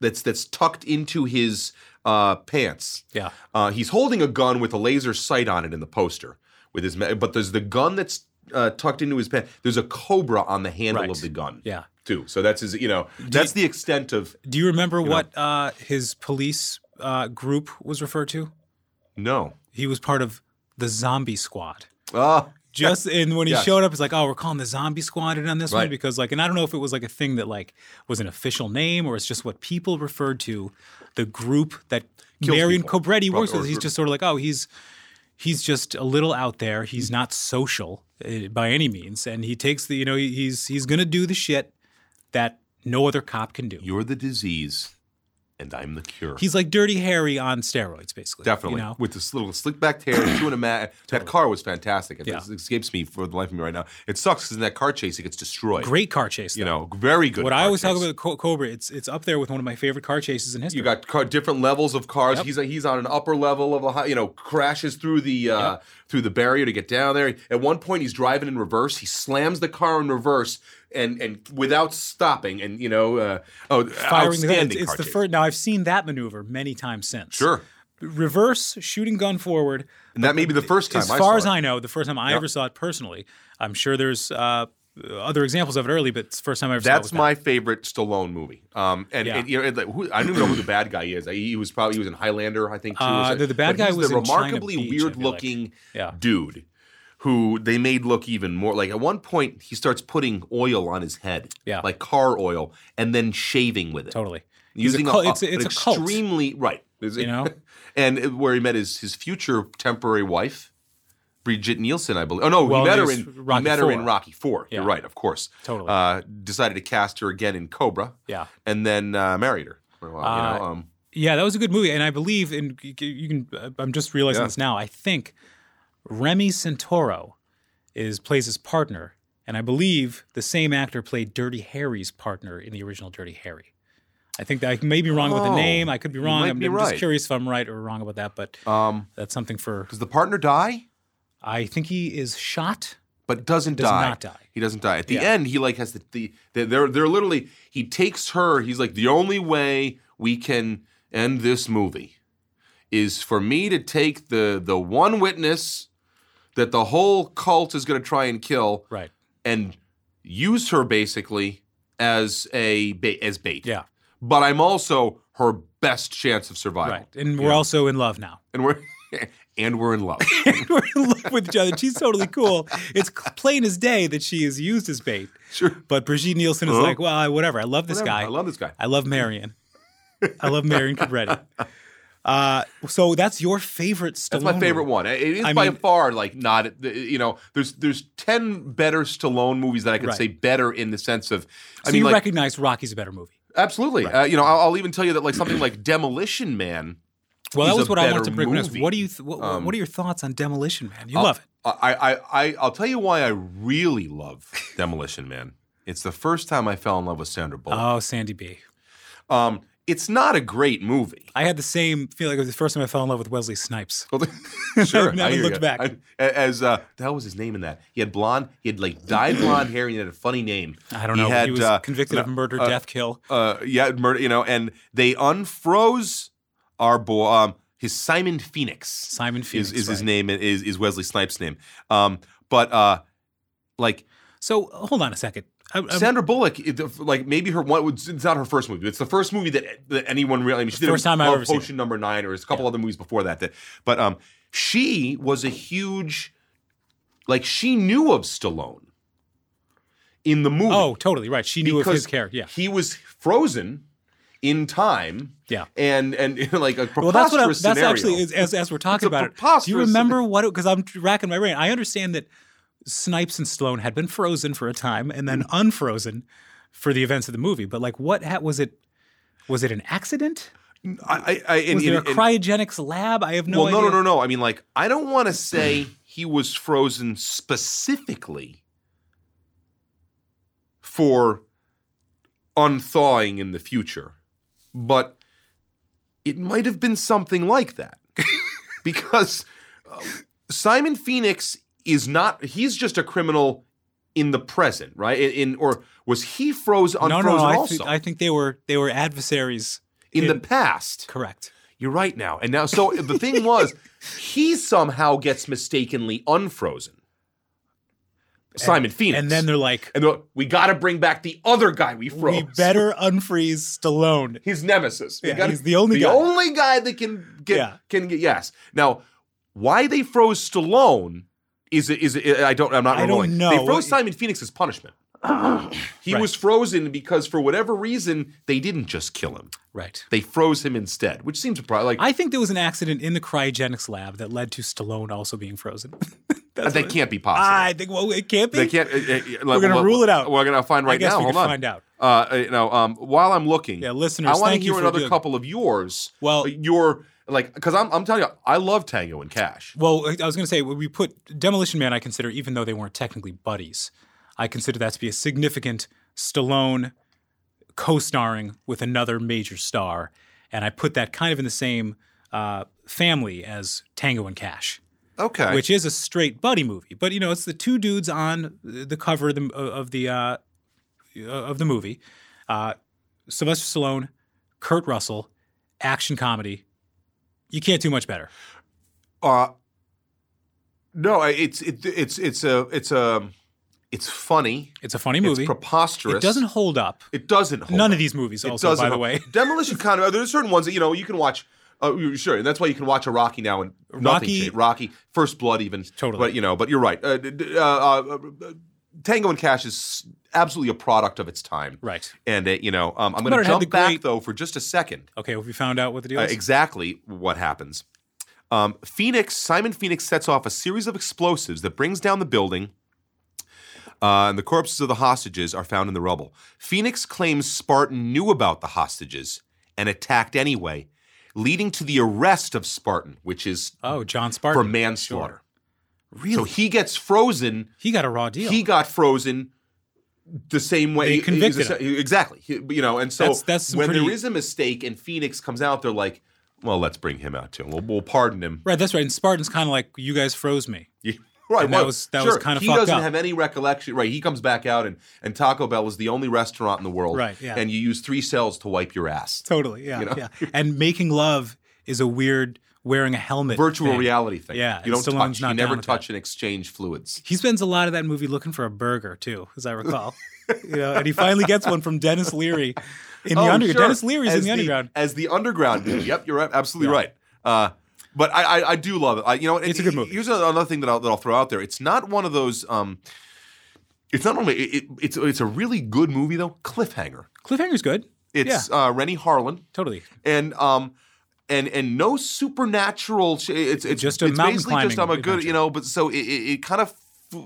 D: that's that's tucked into his uh, pants.
C: Yeah.
D: Uh, he's holding a gun with a laser sight on it in the poster with his, ma- but there's the gun that's uh, tucked into his pants. There's a cobra on the handle
C: Right.
D: of the gun.
C: Yeah.
D: Too. So that's his, you know, that's the extent of
C: Do you remember what uh, his police uh, group was referred to?
D: no.
C: He was part of the Zombie Squad.
D: Ah,
C: Just and when he
D: Yes.
C: showed up, it's like, oh, we're calling the Zombie Squad in on this one
D: Right.
C: because, like, and I don't know if it was like a thing that like was an official name or it's just what people referred to the group that
D: Kills
C: Marion
D: people.
C: Cobretti works
D: Or-
C: with. He's
D: or-
C: just sort of like, oh, he's he's just a little out there. He's not social uh, by any means, and he takes the you know he- he's he's gonna do the shit that no other cop can do.
D: you're the disease, and I'm the cure.
C: He's like Dirty Harry on steroids, basically.
D: Definitely.
C: You know?
D: With this little slick back hair, chewing a mat. That car was fantastic. It
C: Yeah.
D: it escapes me for the life of me right now. It sucks because in that car chase, it gets destroyed.
C: Great car chase.
D: You
C: though.
D: know, very good.
C: what I
D: car
C: always talk
D: chase.
C: about the Co- Cobra, it's it's up there with one of my favorite car chases in history.
D: You got car, different levels of cars. He's he's on an upper level of a high, you know crashes through the uh, through the barrier to get down there. At one point, he's driving in reverse. He slams the car in reverse and and without stopping. And you know, uh, oh,
C: firing the gun.
D: outstanding
C: It's, it's
D: car
C: the
D: chase.
C: first. Now I've seen that maneuver many times since.
D: Sure,
C: Reverse shooting gun forward.
D: and that may be the first time.
C: As far
D: I
C: as
D: saw it.
C: I know, the first time I ever saw it personally. I'm sure there's uh, other examples of it early, but it's the first time I ever
D: That's
C: saw it. was
D: my favorite Stallone movie. Um, and,
C: Yeah.
D: and, you know, and, like, who, I don't even know who the bad guy is. He, he was probably he was in Highlander, I think. Too, or
C: Uh,
D: something.
C: the- the bad
D: But
C: guy
D: he's
C: was
D: the
C: in China
D: remarkably
C: Beach, I feel like.
D: weird-looking
C: Yeah.
D: dude who they made look even more like. At one point, he starts putting oil on his head,
C: Yeah.
D: like car oil, and then shaving with
C: that.
D: it.
C: Totally. He's
D: using
C: a cult.
D: a,
C: it's it's
D: an
C: a cult.
D: extremely right. Is
C: You know?
D: and it- where he met his his future temporary wife, Bridget Nielsen, I believe. Oh no,
C: Well,
D: he met her
C: there's
D: in
C: Rocky
D: he met her in
C: IV.
D: Rocky Four. You're
C: Yeah.
D: right, of course.
C: Totally.
D: Uh, decided to cast her again in Cobra.
C: Yeah.
D: and then uh, married her. For a while, you know,
C: Uh,
D: um,
C: Yeah, that was a good movie, and I believe, and you can- you can. I'm just realizing
D: Yeah.
C: this now. I think Remy Santoro is plays his partner, and I believe the same actor played Dirty Harry's partner in the original Dirty Harry. I think that I may be wrong about
D: Oh,
C: the name. I could be wrong.
D: might
C: I'm,
D: be
C: I'm
D: right.
C: just curious if I'm right or wrong about that, but
D: um,
C: that's something for.
D: does the partner die?
C: I think he is shot.
D: But doesn't
C: Does
D: die.
C: not die.
D: He doesn't die. At the
C: Yeah.
D: end, he like has the, the they're- they're they're literally he takes her. He's like the only way we can end this movie is for me to take the the one witness that the whole cult is going to try and kill
C: Right.
D: and use her basically as a ba- as bait.
C: Yeah.
D: But I'm also her best chance of survival.
C: Right. And we're also in love now.
D: And we're and we're in love.
C: we're in love with each other. She's totally cool. It's c- plain as day that she is used as bait.
D: Sure.
C: But Brigitte Nielsen is like, well, I- whatever. I love this guy.
D: Oh. I love this guy.
C: I love Marion. I love Marion Cabretti. Uh, so that's your favorite Stallone.
D: That's my favorite
C: movie.
D: one. It is
C: I
D: by
C: mean-
D: far like not you know. There's there's ten better Stallone movies that I could
C: Right.
D: say better in the sense of. I
C: So
D: mean,
C: you
D: like
C: recognize Rocky's a better movie.
D: absolutely. Uh, you know, I'll, I'll even tell you that like something like Demolition Man.
C: Well, that
D: is
C: was
D: a
C: what I
D: better
C: wanted to bring up.
D: movie. Um, uh,
C: What do you? Th- what, what are your thoughts on Demolition Man? You
D: I'll-
C: love it.
D: I, I I I'll tell you why I really love Demolition Man. It's the first time I fell in love with Sandra Bullock.
C: Oh, Sandy B. Oh.
D: um, it's not a great movie.
C: I had the same feeling. It was the first time I fell in love with Wesley Snipes.
D: sure,
C: Never
D: I hear
C: looked
D: ya.
C: back.
D: I- as uh, the hell was his name in that? He had blonde. He had like dyed blonde hair. and He had a funny name.
C: I don't
D: He
C: know.
D: Had,
C: he was
D: uh,
C: convicted of murder, death, kill.
D: uh, yeah, murder, you know, and they unfroze our boy, um, his Simon Phoenix.
C: Simon Phoenix
D: is, is his
C: right.
D: name, is, is Wesley Snipes' name. Um, but uh, like
C: So hold on a second. I, I'm-
D: Sandra Bullock, it, like maybe her one, it's not her first movie, but it's the first movie that, that anyone really, I mean, she did
C: First time I've
D: Love
C: ever seen
D: Potion Number Nine, or there's a couple other movies before that. That, but um, she was a huge, like she knew of Stallone in the movie
C: oh, totally right. She knew of his character. Yeah.
D: he was frozen in time.
C: Yeah.
D: and and like a preposterous
C: Well, that's what I, that's
D: scenario.
C: actually as, as, as we're talking
D: a
C: about it. Do you
D: preposterous
C: remember what? Because I'm racking my brain. I understand that Snipes and Sloan had been frozen for a time and then
D: Mm.
C: unfrozen for the events of the movie. But like, what ha- was it? Was it an accident?
D: I, I, I, and,
C: Was there a
D: and- and-
C: cryogenics lab? I have no
D: well,
C: idea.
D: no, no, no, no. I mean, like, I don't want to say he was frozen specifically for unthawing in the future, but it might have been something like that because uh, Simon Phoenix is not. He's just a criminal in the present, right? In, in- or was he froze unfrozen
C: no, no. I,
D: also
C: think, I think they were they were adversaries.
D: in, the
C: in-
D: past?
C: Correct.
D: You're right now. And now, so the thing was, he somehow gets mistakenly unfrozen. Simon Phoenix.
C: And then they're like,
D: and they're like, we got to bring back the other guy we froze.
C: we better unfreeze Stallone.
D: His nemesis. We
C: Yeah,
D: gotta-
C: he's the only guy.
D: only guy that can get
C: Yeah.
D: can get yes. Now, why they froze Stallone is is I don't I'm not
C: I don't
D: remembering.
C: know.
D: They froze Simon Phoenix as punishment. he
C: Right.
D: was frozen because for whatever reason they didn't just kill him.
C: Right.
D: They froze him instead, which seems probably like
C: I think there was an accident in the cryogenics lab that led to Stallone also being frozen. That's
D: that
C: what-
D: can't be possible.
C: I think well, it can't be.
D: They can't. uh, uh, uh,
C: We're gonna
D: well,
C: rule it out.
D: We're gonna find
C: I
D: right
C: guess
D: now.
C: we
D: Hold
C: can
D: on.
C: find out.
D: Uh, you know, um, while I'm looking,
C: Yeah, listeners,
D: I want
C: thank
D: to
C: you
D: hear
C: for
D: another
C: doing-
D: couple of yours.
C: Well-
D: uh, your like, because I'm I'm telling you, I love Tango and Cash.
C: Well, I I was going to say we put Demolition Man. I consider, even though they weren't technically buddies, I consider that to be a significant Stallone co-starring with another major star, and I put that kind of in the same uh, family as Tango and Cash,
D: Okay,
C: which is a straight buddy movie. But you know, it's the two dudes on the cover of the of the, uh, of the movie: uh, Sylvester Stallone, Kurt Russell, action comedy. You can't do much better.
D: uh, no, I- it's it, it's it's a it's a it's funny.
C: It's a funny movie.
D: It's preposterous.
C: It doesn't hold up.
D: It doesn't. Hold
C: None
D: up.
C: of these movies,
D: It
C: also,
D: doesn't
C: by the
D: hold-
C: way.
D: Demolition kind of. There's certain ones that you know you can watch. Uh, you- sure, and that's why you can watch a Rocky now and nothing
C: Rocky-
D: changed. Rocky, First Blood, even
C: Totally.
D: But you know, but you're right. Uh, d- d- uh, uh, uh, Tango and Cash is absolutely a product of its time,
C: Right.
D: And uh, you know, um, I'm
C: But
D: going
C: it
D: to
C: had
D: jump
C: the
D: back
C: great-
D: though for just a second.
C: Okay, well, we found out what the deal
D: Uh,
C: is.
D: exactly what happens. Um, Phoenix Simon Phoenix sets off a series of explosives that brings down the building, uh, and the corpses of the hostages are found in the rubble. Phoenix claims Spartan knew about the hostages and attacked anyway, leading to the arrest of Spartan, which is
C: oh, John
D: for
C: Spartan.
D: manslaughter.
C: Really?
D: So he gets frozen.
C: he got a raw deal.
D: He got frozen the same way
C: They
D: he-
C: convicted
D: he's a- exactly. He- you know, and so
C: That's- that's some
D: when
C: pretty-
D: there is a mistake and Phoenix comes out, they're like, "Well, let's bring him out too. We'll, we'll pardon him."
C: right, that's right. And Spartan's kind of like, you guys froze me.
D: Right. right
C: And that
D: well,
C: was- that was
D: sure,
C: kinda
D: He
C: fucked
D: doesn't
C: up.
D: have any recollection. Right. He comes back out, and and Taco Bell was the only restaurant in the world.
C: Right, yeah.
D: And you use three cells to wipe your ass.
C: Totally, yeah.
D: You know?
C: yeah. And making love is a weird wearing a helmet.
D: Virtual
C: thing.
D: reality thing.
C: Yeah,
D: You
C: and
D: don't
C: Stallone's
D: touch.
C: not down
D: You never
C: with
D: touch and exchange fluids.
C: He spends a lot of that movie looking for a burger, too, as I recall. you know, and he finally gets one from Dennis Leary in the
D: Oh,
C: underground.
D: sure.
C: Dennis Leary's
D: As
C: in the underground.
D: As the underground. dude. yep, you're right, absolutely right. Uh, but I, I, I do love it. I, you know,
C: It's a good movie.
D: Here's another thing that I'll, that I'll throw out there. It's not one of those. Um, it's not only it, it- it's it's a really good movie though. Cliffhanger.
C: Cliffhanger's good.
D: It's uh, Rennie Harlan
C: Totally.
D: and um and and no supernatural. Sh- it's it's
C: Just a
D: it's
C: mountain
D: basically just I'm
C: climbing
D: a good
C: adventure.
D: you know. But so it, it, it kind of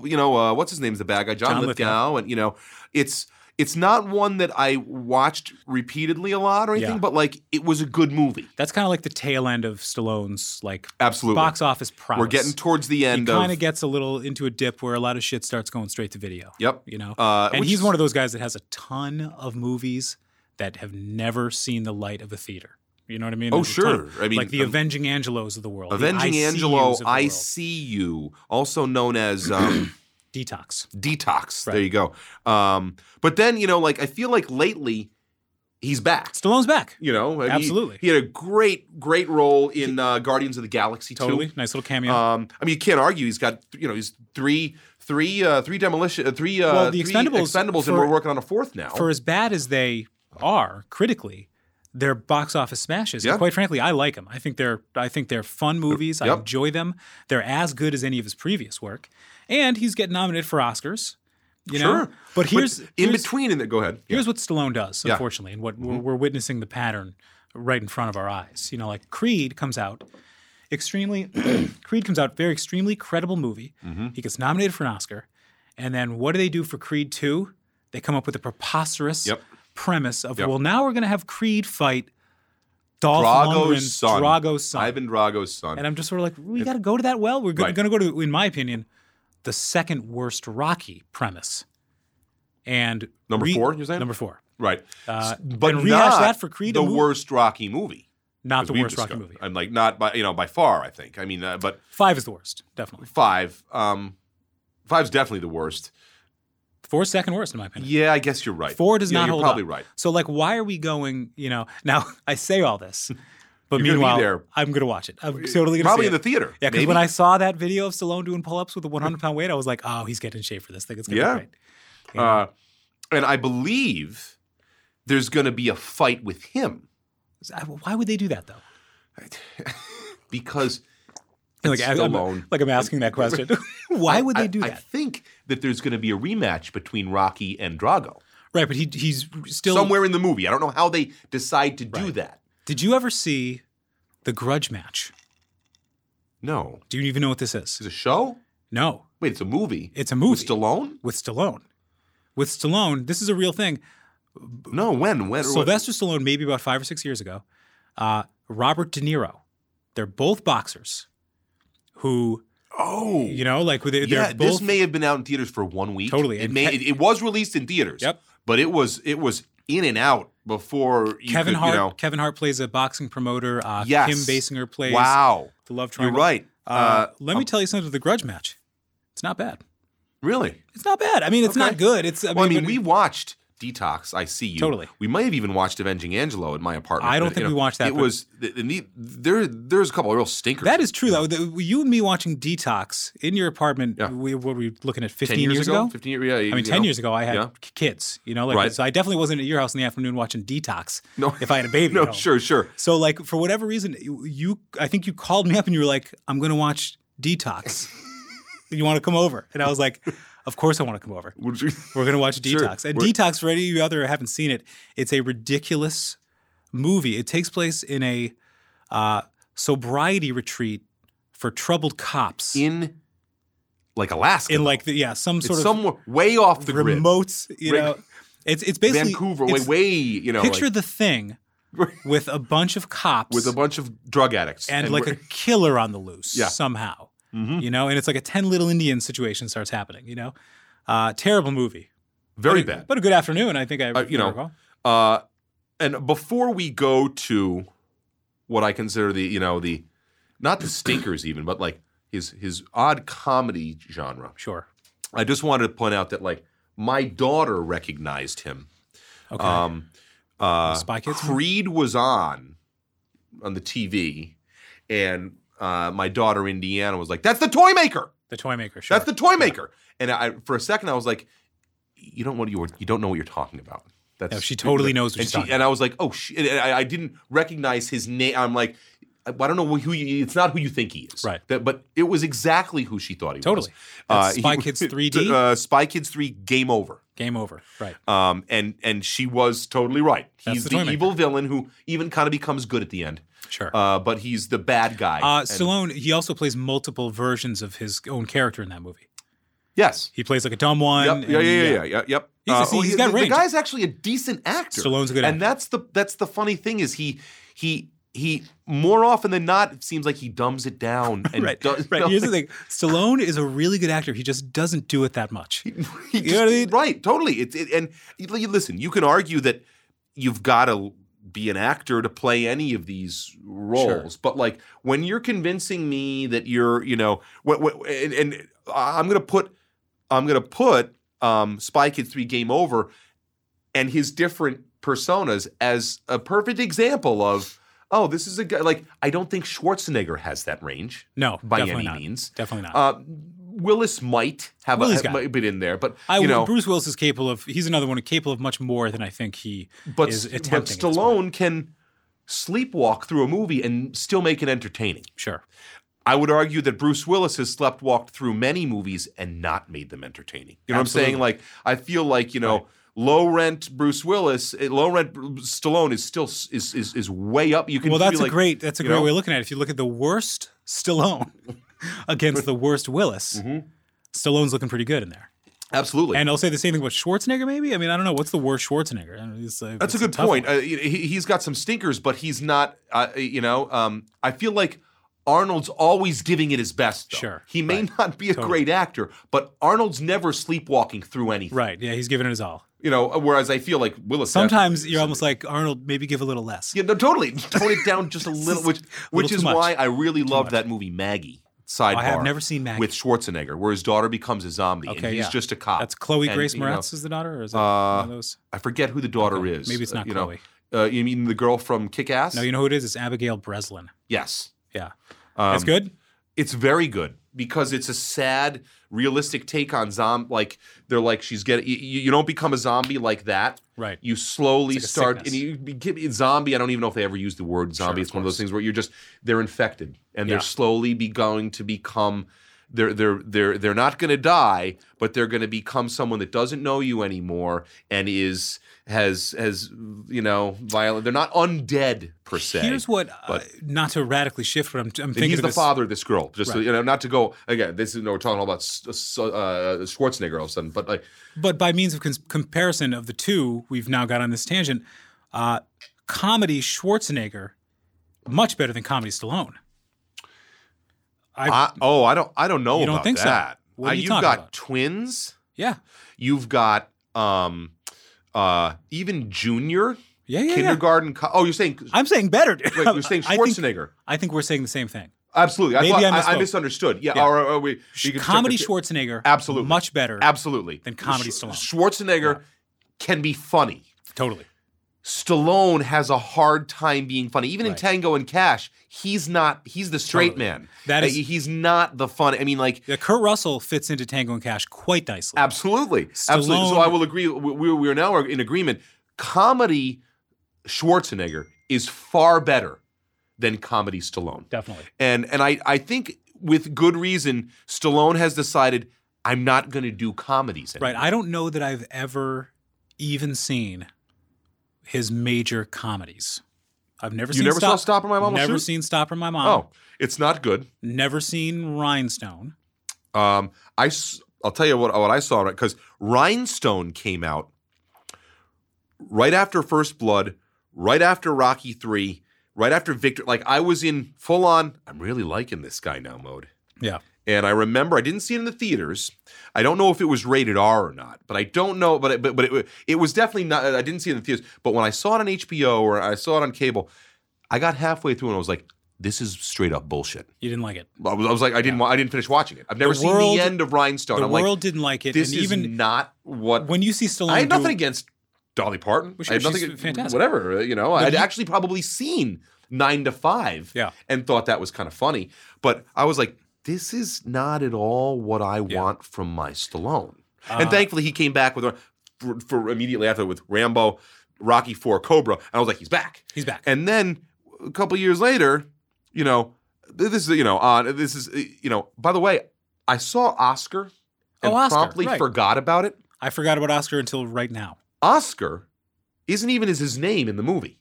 D: you know uh, what's his name's the bad guy John,
C: John Lithgow.
D: Lithgow, and you know it's it's not one that I watched repeatedly a lot or anything,
C: Yeah.
D: but like it was a good movie.
C: That's kind of like the tail end of Stallone's like
D: Absolutely.
C: box office prowess.
D: We're getting towards the
C: he
D: end of
C: kind of gets a little into a dip where a lot of shit starts going straight to video.
D: Yep.
C: You know,
D: Uh,
C: and
D: which
C: he's
D: is-
C: one of those guys that has a ton of movies that have never seen the light of the theater. You know what I mean?
D: Oh,
C: There's a ton.
D: sure. I mean,
C: like the
D: um,
C: Avenging Angelos of the world. the
D: Avenging
C: ICUs
D: Angelo.
C: of the
D: I
C: world.
D: see you, also known as um,
C: Detox.
D: Detox.
C: Right.
D: There you go. Um, but then you know, like I feel like lately he's back.
C: Stallone's back.
D: You know, he-
C: Absolutely.
D: He, had a great, great role in uh, Guardians of the Galaxy. too.
C: Totally. Nice little cameo.
D: Um, I mean, you can't argue. He's got you know, he's three, three, uh, three demolition, uh, three, uh,
C: Well, the
D: three
C: Expendables
D: Expendables,
C: for-
D: and we're working on a fourth now.
C: For as bad as they are critically, they're box office smashes. And
D: Yeah.
C: quite frankly, I like them. I think they're I think they're fun movies. I
D: Yep.
C: enjoy them. They're as good as any of his previous work. And he's getting nominated for Oscars. You
D: sure.
C: know? But here's,
D: in
C: here's-
D: between, in the go ahead. Yeah.
C: here's what Stallone does,
D: Yeah. Mm-hmm.
C: unfortunately, and what we're, we're witnessing the pattern right in front of our eyes. You know, like Creed comes out extremely, Creed comes out very extremely credible movie.
D: Mm-hmm.
C: He gets nominated for an Oscar, and then what do they do for Creed two? They come up with a preposterous
D: Yep.
C: premise of
D: Yep.
C: well, now we're going to have Creed fight Dolph
D: Drago's
C: Lundgren's
D: son.
C: Drago's son,
D: Ivan Drago's son.
C: and I'm just sort of like, we got to go to that well. We're
D: Right.
C: going to go to, in my opinion, the second worst Rocky premise. And
D: Number four, you're saying?
C: number four.
D: right.
C: Uh,
D: S- but
C: and rehash
D: not
C: that for Creed, a
D: the
C: movie-
D: worst Rocky movie.
C: Not
D: as
C: the
D: we've
C: worst Rocky
D: discovered.
C: movie.
D: I'm like not by you know by far. I think. I mean, uh, but
C: Five is the worst, definitely.
D: five. Um, five's definitely the worst.
C: Four is second worst in my opinion.
D: Yeah, I guess you're right.
C: Four does
D: Yeah,
C: not
D: you're
C: hold
D: probably
C: up.
D: right.
C: So like, why are we going? You know, now I say all this, but
D: You're gonna be
C: meanwhile,
D: there.
C: I'm going to watch it. I'm totally going to
D: Probably
C: see
D: in
C: it.
D: the theater.
C: Yeah, because
D: maybe.
C: when I saw that video of Stallone doing pull-ups with a 100-pound weight, I was like, oh, he's getting in shape for this thing. It's going to
D: Yeah.
C: be great.
D: Uh, and I believe there's going to be a fight with him
C: So, I- Why would they do that though?
D: because
C: Like,
D: It's
C: I- I'm-
D: Stallone.
C: like I'm asking that question. why would
D: I-
C: they do
D: I
C: that?
D: think that there's going to be a rematch between Rocky and Drago
C: right, but he he's still
D: somewhere in the movie. I don't know how they decide to do
C: Right.
D: that.
C: Did you ever see the Grudge match?
D: No,
C: Do you even know what this is?
D: it's a show.
C: No,
D: Wait, it's a movie.
C: it's a movie.
D: With Stallone?
C: with Stallone. With Stallone, this is a real thing.
D: No, when? When? what-
C: Sylvester Stallone, maybe about five or six years ago, uh, Robert De Niro, they're both boxers who,
D: Oh,
C: you know, like they,
D: yeah.
C: they're both.
D: This may have been out in theaters for one week.
C: Totally,
D: It
C: and
D: may.
C: Ke-
D: it, it was released in theaters.
C: Yep.
D: But it was it was in and out before you
C: Kevin
D: could,
C: Hart.
D: You know,
C: Kevin Hart plays a boxing promoter. Uh,
D: Yes.
C: Kim Basinger plays
D: wow.
C: the love
D: You're
C: triangle.
D: right. um,
C: Uh, let me tell you something. The Grudge match. It's not bad.
D: Really?
C: It's not bad. I mean, it's not
D: Okay.
C: good. It's. I mean,
D: Well, I mean,
C: but-
D: we watched Detox. I see you.
C: Totally.
D: We might have even watched Avenging Angelo in my apartment.
C: I don't
D: but,
C: think
D: you
C: we watched that,
D: It
C: but-
D: was the, the, need- there. There's a couple of real stinkers.
C: That is true, though. The- you and me watching Detox in your apartment,
D: Yeah.
C: we what were we looking at,
D: ten
C: 15
D: years,
C: years, ago?
D: Fifteen years. Yeah.
C: I mean, 10 years ago, I had
D: Yeah.
C: k- kids, you know, like,
D: Right.
C: so I definitely wasn't at your house in the afternoon watching Detox
D: No.
C: if I had a baby. at
D: No,
C: home.
D: sure, sure.
C: So, like, for whatever reason, you, you, I think you called me up and you were like, I'm going to watch Detox. you want to come over? And I was like, Of course I want to come over.
D: Would you-
C: We're going to watch
D: Sure.
C: Detox. And
D: We're-
C: Detox, for any of you out there who haven't seen it, it's a ridiculous movie. It takes place in a uh, sobriety retreat for troubled cops in,
D: in like Alaska.
C: like, the, yeah, some sort
D: it's
C: of
D: somewhere way off the grid.
C: remote, you
D: Rig-
C: know. It's it's basically
D: Vancouver,
C: it's-
D: way, way, you know,
C: picture
D: like,
C: the thing with a bunch of cops
D: with a bunch of drug addicts
C: and, like a killer on the loose
D: Yeah.
C: somehow,
D: Mhm.
C: you know, and it's like a ten little Indians situation starts happening, you know. Uh, terrible movie,
D: very
C: But a-
D: bad.
C: but a good afternoon. I think I,
D: Uh, you know,
C: recall.
D: Uh, and before we go to what I consider the, you know, the not the stinkers even, but like his his odd comedy genre.
C: sure,
D: I just wanted to point out that like my daughter recognized him.
C: okay,
D: Um, uh,
C: Spy Kids movie?
D: Creed was on on the TV, and uh, my daughter Indiana was like, "That's the toy maker.
C: the toy maker. Sure,
D: That's the toy maker." And I, for a second, I was like, "You don't what you were, you don't know what you're talking about." That's
C: No, she totally knows what
D: and
C: she's talking
D: And I was like, "Oh shit!" And I, I didn't recognize his name. I'm like. I I don't know who you, it's not who you think he is,
C: Right.
D: That- but it was exactly who she thought he was. Uh,
C: Totally. That's Spy
D: he-
C: Kids 3D?
D: Uh, Spy Kids Three, Game Over.
C: game over. Right,
D: Um, and and she was totally right.
C: That's
D: He's
C: the
D: the,
C: Toymaker.
D: evil villain who even kind of becomes good at the end.
C: sure. Uh,
D: Uh, but he's the bad guy. And-
C: Stallone he also plays multiple versions of his own character in that movie.
D: yes.
C: He plays like a dumb one.
D: Yep.
C: and-
D: Yeah, yeah, yeah, yeah, yeah, Yep.
C: He's a- see,
D: oh,
C: he's
D: he-
C: got
D: the, the
C: range.
D: guy's actually a decent actor.
C: Stallone's a good
D: and
C: actor.
D: that's the that's the funny thing is he he he more often than not it seems like he dumbs it down and
C: right.
D: does,
C: right. Here's the thing: Stallone is a really good actor. He just doesn't do it that much.
D: He
C: You know what I
D: just-
C: mean?
D: Right, totally. It's it, and you, you listen. You can argue that you've got to be an actor to play any of these roles, but like when you're convincing me that you're, you know, wh- wh- and, and I'm gonna put, I'm gonna put um, Spy Kids three game over, and his different personas as a perfect example of. Oh, this is a guy. Like, I don't think Schwarzenegger has that range.
C: No,
D: by
C: definitely
D: any
C: not.
D: means.
C: Definitely not.
D: Uh, Willis might have
C: Willis
D: a,
C: got it.
D: might been in there, but
C: I
D: you know,
C: Bruce Willis is capable of. He's another one capable of much more than I think he
D: but,
C: is
D: but
C: attempting. at this point.
D: Stallone can sleepwalk through a movie and still make it entertaining.
C: sure.
D: I would argue that Bruce Willis has slept walked through many movies and not made them entertaining. You know
C: Absolutely.
D: what I'm saying? Like I feel like you know. Low rent Bruce Willis, eh, low rent Bru- Stallone is still s- is is, is way up. You can
C: Well,
D: feel
C: that's a
D: like-
C: great that's a
D: you
C: great
D: know?
C: way of looking at it. If you look at the worst Stallone against the worst Willis,
D: Mm-hmm.
C: Stallone's looking pretty good in there.
D: absolutely.
C: And I'll say the same thing about Schwarzenegger. Maybe I mean I don't know what's the worst Schwarzenegger. I mean, it's, uh,
D: That's a
C: it's
D: good
C: tough
D: point.
C: one.
D: Uh, he, he- he's got some stinkers, but he's not. Uh, you know, um, I feel like Arnold's always giving it his best. Though.
C: Sure.
D: he may
C: Right.
D: not be a great actor, but Arnold's never sleepwalking through anything.
C: Right? Yeah, he's giving it his all.
D: You know, whereas I feel like Willis
C: Sometimes you're almost like Arnold. Maybe give a little less.
D: Yeah, no, totally. Tone it down just a little, which which
C: too
D: is
C: much. Oh,
D: why I really loved that movie Maggie. Sidebar.
C: I have never seen Maggie.
D: with Schwarzenegger, where his daughter becomes a zombie and
C: Okay,
D: he's
C: yeah.
D: just a cop.
C: That's Chloe
D: Uh, And,
C: Grace
D: you know, uh,
C: Moretz is the daughter, or is that one of those?
D: I forget who the daughter
C: Okay,
D: is.
C: maybe it's
D: Uh,
C: not
D: you
C: Chloe.
D: Know, uh, you mean the girl from Kick Ass?
C: No, you know who it is. It's Abigail Breslin.
D: yes.
C: Yeah,
D: Um,
C: that's good.
D: it's very good because it's a sad realistic take on zombie like they're like she's getting you, you don't become a zombie like that
C: Right.
D: you slowly
C: a
D: start and
C: sickness.
D: you get zombie i don't even know if they ever use the word zombie
C: of
D: it's one of those things where you're just they're infected and
C: Yeah.
D: they're slowly be going to become they're they're they're they're not going to die but they're going to become someone that doesn't know you anymore and is has has you know violent they're not undead per se
C: Here's what, uh,
D: but-
C: not to radically shift, but I'm, I'm
D: and
C: thinking
D: he's
C: of
D: the
C: this-
D: father of this girl. Just so, you know, not to go again. This is you know, we're talking all about S- S- uh, Schwarzenegger all of a sudden, but like
C: But by means of cons- comparison of the two, we've now got on this tangent. Uh, comedy Schwarzenegger, much better than comedy Stallone.
D: I, oh, I don't, I don't know
C: You
D: about
C: don't think so?
D: that.
C: What are
D: Uh,
C: you
D: you've
C: talking
D: got
C: about?
D: twins.
C: Yeah,
D: You've got um, uh, even junior
C: yeah, yeah. yeah.
D: kindergarten. co- oh, you're saying
C: I'm saying better. dude.
D: wait, you're saying
C: I think-
D: Schwarzenegger?
C: I think, we're saying the same thing.
D: absolutely. I,
C: Maybe
D: thought,
C: I
D: I, I
C: misspoke.
D: misunderstood. Yeah,
C: Yeah.
D: Or, or we, you can check
C: comedy
D: the-
C: Schwarzenegger,
D: Absolutely.
C: much better.
D: absolutely
C: than comedy
D: Sch-
C: Stallone.
D: Schwarzenegger can be funny.
C: Totally.
D: Stallone has a hard time being funny. Even in Tango and Cash, he's not. He's the straight
C: Totally.
D: man.
C: That
D: Uh,
C: is-
D: He's not the fun. I mean, like.
C: Yeah, Kurt Russell fits into Tango and Cash quite nicely.
D: Absolutely, absolutely. So
C: Stallone-
D: I will agree. We, we- we are now in agreement. Comedy Schwarzenegger is far better than comedy Stallone.
C: Definitely.
D: And and I I think with good reason, Stallone has decided I'm not going to do comedies. Anymore.
C: Right. I don't know that I've ever even seen his major comedies. I've never
D: You
C: seen
D: never saw Stop or My Mom Will
C: Never
D: Shoot?
C: seen Stop or My Mom.
D: Oh, it's not good.
C: Never seen Rhinestone.
D: Um, I s- I'll tell you what what I saw because Rhinestone came out right after First Blood, right after Rocky Three, right after Victor. Like I was in full on. I'm really liking this guy now mode.
C: Yeah.
D: And I remember I didn't see it in the theaters. I don't know if it was rated R or not, but I don't know. But it, but but it, it was definitely not. I didn't see it in the theaters. But when I saw it on HBO or I saw it on cable, I got halfway through and I was like, "This is straight up bullshit."
C: You didn't like it.
D: I was, I was like, I didn't, wa- I didn't finish watching it. I've never seen
C: world-
D: the end of Rhinestone.
C: the
D: I'm
C: world
D: like,
C: didn't like it.
D: this
C: and
D: is
C: even
D: not what.
C: when you see Stallone,
D: I had
C: do-
D: nothing against Dolly Parton.
C: sure,
D: I had nothing,
C: she's fantastic.
D: Whatever, uh, you know. I'd
C: you-
D: actually probably seen Nine to Five,
C: Yeah.
D: and thought that was kind of funny. But I was like, this is not at all what I want from my Stallone.
C: Uh.
D: and thankfully, he came back with for, for immediately after with Rambo, Rocky Four, Cobra, and I was like, he's back.
C: He's back.
D: And then a couple years later, you know, th- this is you know on this is eh, you know. By the way, I saw Oscar and
C: Oh, Oscar,
D: promptly
C: right.
D: forgot about it.
C: I forgot about Oscar until right now.
D: Oscar isn't even as his name in the movie.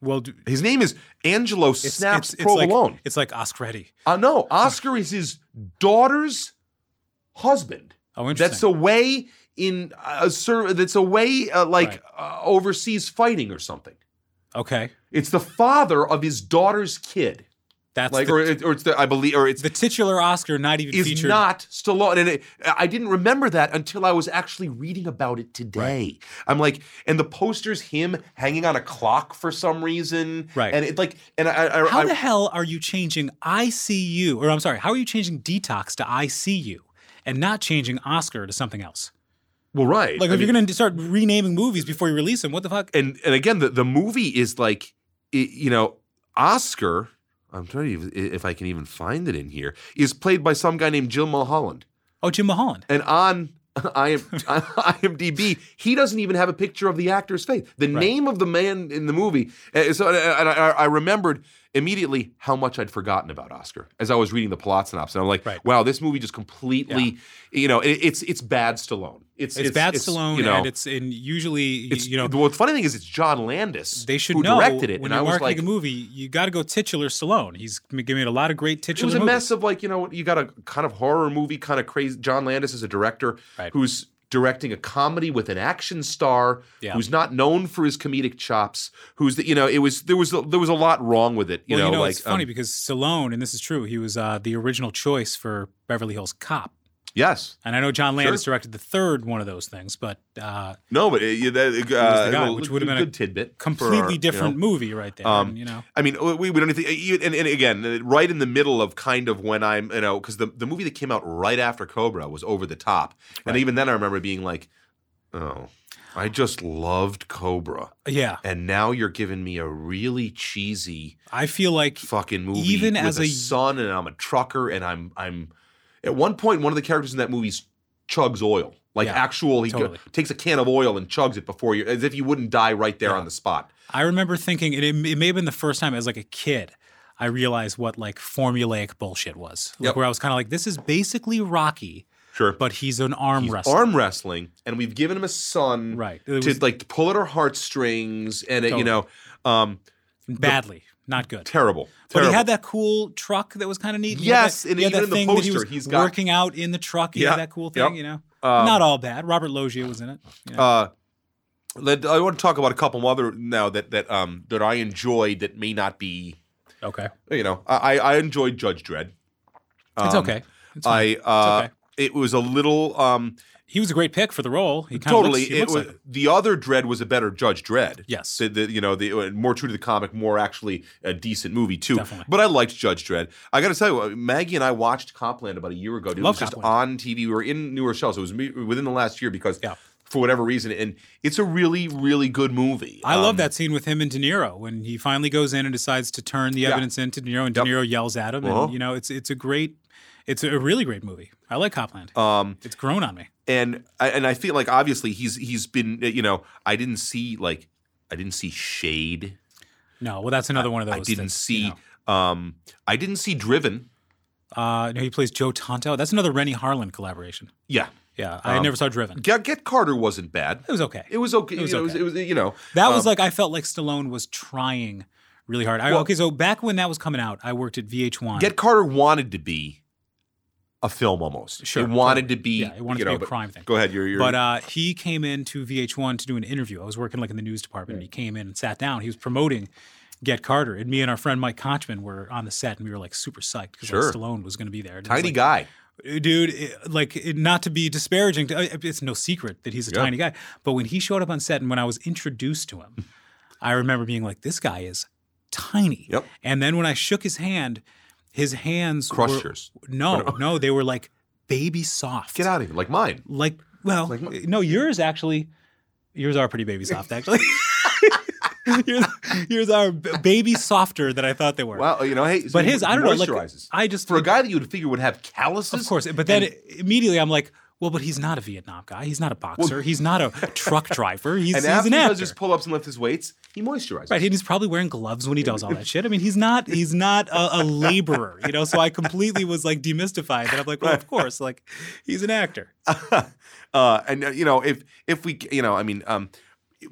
C: Well, d-
D: His name is Angelo
C: it's,
D: Snaps
C: it's, it's like
D: Provolone.
C: it's like Oscaretti.
D: uh, no, Oscar is his daughter's husband.
C: Oh, interesting.
D: That's away in uh, a serv- That's away uh, like
C: Right.
D: uh, overseas fighting or something.
C: okay.
D: It's the father of his daughter's kid,
C: That's
D: like
C: the,
D: or, it- or it's the I believe or it's
C: the titular Oscar, not even
D: is
C: featured.
D: not Stallone. And it, I didn't remember that until I was actually reading about it today. I'm like, and the poster's him hanging on a clock for some reason.
C: Right.
D: And it like, and I, I,
C: How
D: I
C: the hell are you changing ICU, or I'm sorry, how are you changing detox to ICU and not changing Oscar to something else?
D: well, right.
C: Like,
D: I
C: if you're
D: mean,
C: going to start renaming movies before you release them, what the fuck?
D: and and again, the the movie is like, i- you know, Oscar. I'm trying to even- if I can even find it in here. Is played by some guy named Jill Mulholland,
C: Oh, Jim Mulholland.
D: and on I am IMDb. He doesn't even have a picture of the actor's face. The name of the man in the movie. And so, eh, and I, I remembered immediately how much I'd forgotten about Oscar as I was reading the plot synopsis. And I'm like,
C: Right.
D: wow, this movie just completely, you know, it, it's it's bad Stallone. It's
C: It's, bad Stallone,
D: you know,
C: and it's in usually y-
D: it's-
C: you know
D: Well, the funny thing is, it's John Landis.
C: they should
D: who
C: know
D: directed it,
C: when
D: and I
C: you're
D: was
C: marketing
D: like,
C: a movie, you got to go titular Stallone. He's m- giving it a lot of great
D: It
C: titular
D: was a
C: movies.
D: mess of like you know you got a kind of horror movie kind of crazy. John Landis is a director
C: Right.
D: who's directing a comedy with an action star
C: Yeah.
D: who's not known for his comedic chops. Who's the, you know it was there was a, there was a lot wrong with it. You
C: well,
D: know
C: you know
D: like
C: it's funny
D: um,
C: because Stallone, and this is true, he was uh, the original choice for Beverly Hills Cop.
D: yes
C: And I know John Landis directed the third one of those things, but uh,
D: no but it, that, uh,
C: guy,
D: well,
C: which would've been a
D: good tidbit for
C: completely
D: our, you
C: different
D: know.
C: movie right there.
D: Um,
C: and, you know,
D: I mean, we, we don't even think, and, and again, right in the middle of kind of when I'm, you know, because the, the movie that came out right after Cobra was Over the Top. And even then, I remember being like, oh, I just loved Cobra.
C: yeah,
D: And now you're giving me a really cheesy
C: I feel like
D: fucking movie.
C: Even
D: with
C: as
D: a
C: a-
D: son, and I'm a trucker, and I'm I'm. At one point, one of the characters in that movie chugs oil, like
C: Yeah,
D: actual. He go-
C: totally.
D: takes a can of oil and chugs it before you, as if you wouldn't die right there on the spot.
C: I remember thinking, and it, it may have been the first time as like a kid, I realized what like formulaic bullshit was. Like
D: Yep.
C: where I was kind of like, this is basically Rocky,
D: Sure,
C: but he's an arm wrestler.
D: arm wrestling, and we've given him a son,
C: Right.
D: To
C: It was-
D: like pull at our heartstrings, and it, you know, um,
C: badly, not good.
D: terrible,
C: But
D: terrible.
C: he had that cool truck that was kind of neat. He had
D: Yes,
C: that,
D: and
C: he had
D: even
C: that
D: in the
C: thing that he
D: poster,
C: was
D: he's got-
C: working out in the truck. He
D: Yeah,
C: had that cool thing,
D: yep. Um,
C: you know. Not all bad. Robert Loggia was in it. you know.
D: Uh, let, I want to talk about a couple other now that that um that I enjoyed that may not be
C: okay,
D: you know I I enjoyed Judge Dredd.
C: it's
D: Um,
C: okay. It's fine.
D: I uh,
C: okay.
D: it was a little um
C: he was a great pick for the role. He kinda
D: totally
C: Looks, he
D: it
C: looks
D: was
C: like him.
D: the other Dredd was a better Judge Dredd.
C: Yes.
D: The- the- you know the uh, more true to the comic, more actually a decent movie too.
C: Definitely.
D: But I liked Judge Dredd. I got to tell you, uh, Maggie and I watched Copland about a year ago. Dude.
C: Love
D: it was just
C: Copland.
D: on TV. We were in New Rochelle, so it was me- within the last year because.
C: Yeah.
D: For whatever reason, and it's a really, really good movie.
C: I love
D: Um,
C: that scene with him and De Niro when he finally goes in and decides to turn the evidence in to De Niro, and De Niro yells at him,
D: Uh-huh.
C: and you know it's it's a great, it's a really great movie. I like Copland.
D: Um,
C: it's grown on me.
D: and I, and I feel like obviously he's he's been uh, you know I didn't see like I didn't see Shade.
C: No, well that's another one of those.
D: I didn't
C: that's,
D: see
C: you know.
D: um I didn't see Driven.
C: Uh, no, he plays Joe Tonto. That's another Rennie Harlan collaboration.
D: Yeah,
C: Yeah, I never saw Driven.
D: Get, Get Carter wasn't bad.
C: It was okay.
D: Um, It was okay.
C: It was
D: you know, It was,
C: okay.
D: it was, you know
C: That was like I felt like Stallone was trying really hard. I,
D: Well-
C: okay, so back when that was coming out, I worked at VH1.
D: Get Carter wanted to be a film almost.
C: Sure,
D: it wanted to be.
C: yeah, it wanted
D: you
C: to be
D: know,
C: a
D: but-
C: crime thing.
D: Go ahead. You're. you're
C: But uh, he came in to VH1 to do an interview. I was working like in the news department. and He came in and sat down. He was promoting Get Carter, and me and our friend Mike Conchman were on the set, and we were like super psyched because
D: Sure.
C: like, Stallone was going to be there. And it was,
D: tiny
C: like, uh,
D: guy.
C: dude. It, like it, not to be disparaging, to, uh, it's no secret that he's a
D: Yeah.
C: tiny guy. But when he showed up on set, and when I was introduced to him, I remember being like, "This guy is tiny."
D: Yep.
C: And then when I shook his hand, his hands
D: Crushed
C: were-
D: yours.
C: No, no, they were like baby soft
D: Get out of here, like mine.
C: like well eh, no yours actually yours are pretty baby soft actually yours, yours are b- baby softer than i thought they were
D: Wow, you know, hey,
C: but his i don't know like
D: moisturizes.
C: i just
D: for a guy that you would figure would have calluses.
C: of course but then immediately i'm like well but he's not a vietnam guy he's not a boxer he's not a truck driver he's, he's
D: and after
C: an
D: he
C: actor
D: does his pull-ups and lifts his weights, he moisturizes.
C: Right, and he's probably wearing gloves when he does all that shit. I mean, he's not he's not a, a laborer, you know. So I completely was like demystified that I'm like, well, of course, like he's an actor.
D: uh, and uh, you know if if we you know I mean um,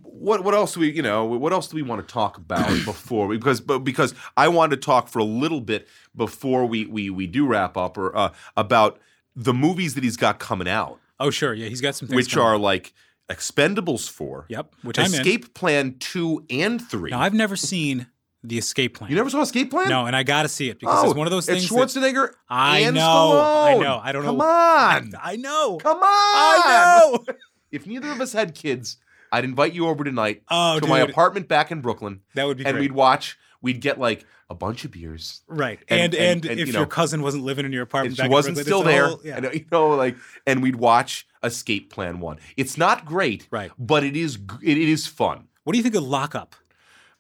D: what what else do we you know what else do we want to talk about before we because but because I wanted to talk for a little bit before we we we do wrap up or uh, about the movies that he's got coming out
C: Oh sure, yeah, he's got some things.
D: which
C: coming.
D: are like Expendables four
C: yep, which I'm in.
D: Escape Plan two and three
C: Now I've never seen the escape plan.
D: you never saw Escape Plan
C: No, and I gotta see it because
D: oh
C: it's one of those things.
D: it's
C: that,
D: Schwarzenegger
C: I
D: and
C: know, I
D: Stallone.
C: know, I don't know-
D: come on
C: I know.
D: come on
C: I know.
D: if neither of us had kids, I'd invite you over tonight
C: Oh,
D: to my
C: dude.
D: apartment back in Brooklyn.
C: That would be
D: and
C: great.
D: we'd watch. We'd get like a bunch of beers.
C: Right. And
D: And-
C: and,
D: and- and,
C: if
D: you know,
C: your cousin wasn't living in your apartment,
D: And she
C: back in
D: wasn't
C: Brooklyn,
D: still
C: that's a
D: there.
C: whole- yeah.
D: And, you know, like, and we'd watch Escape Plan One. It's not great,
C: Right.
D: But it is. g- It, it is fun.
C: What do you think of lockup?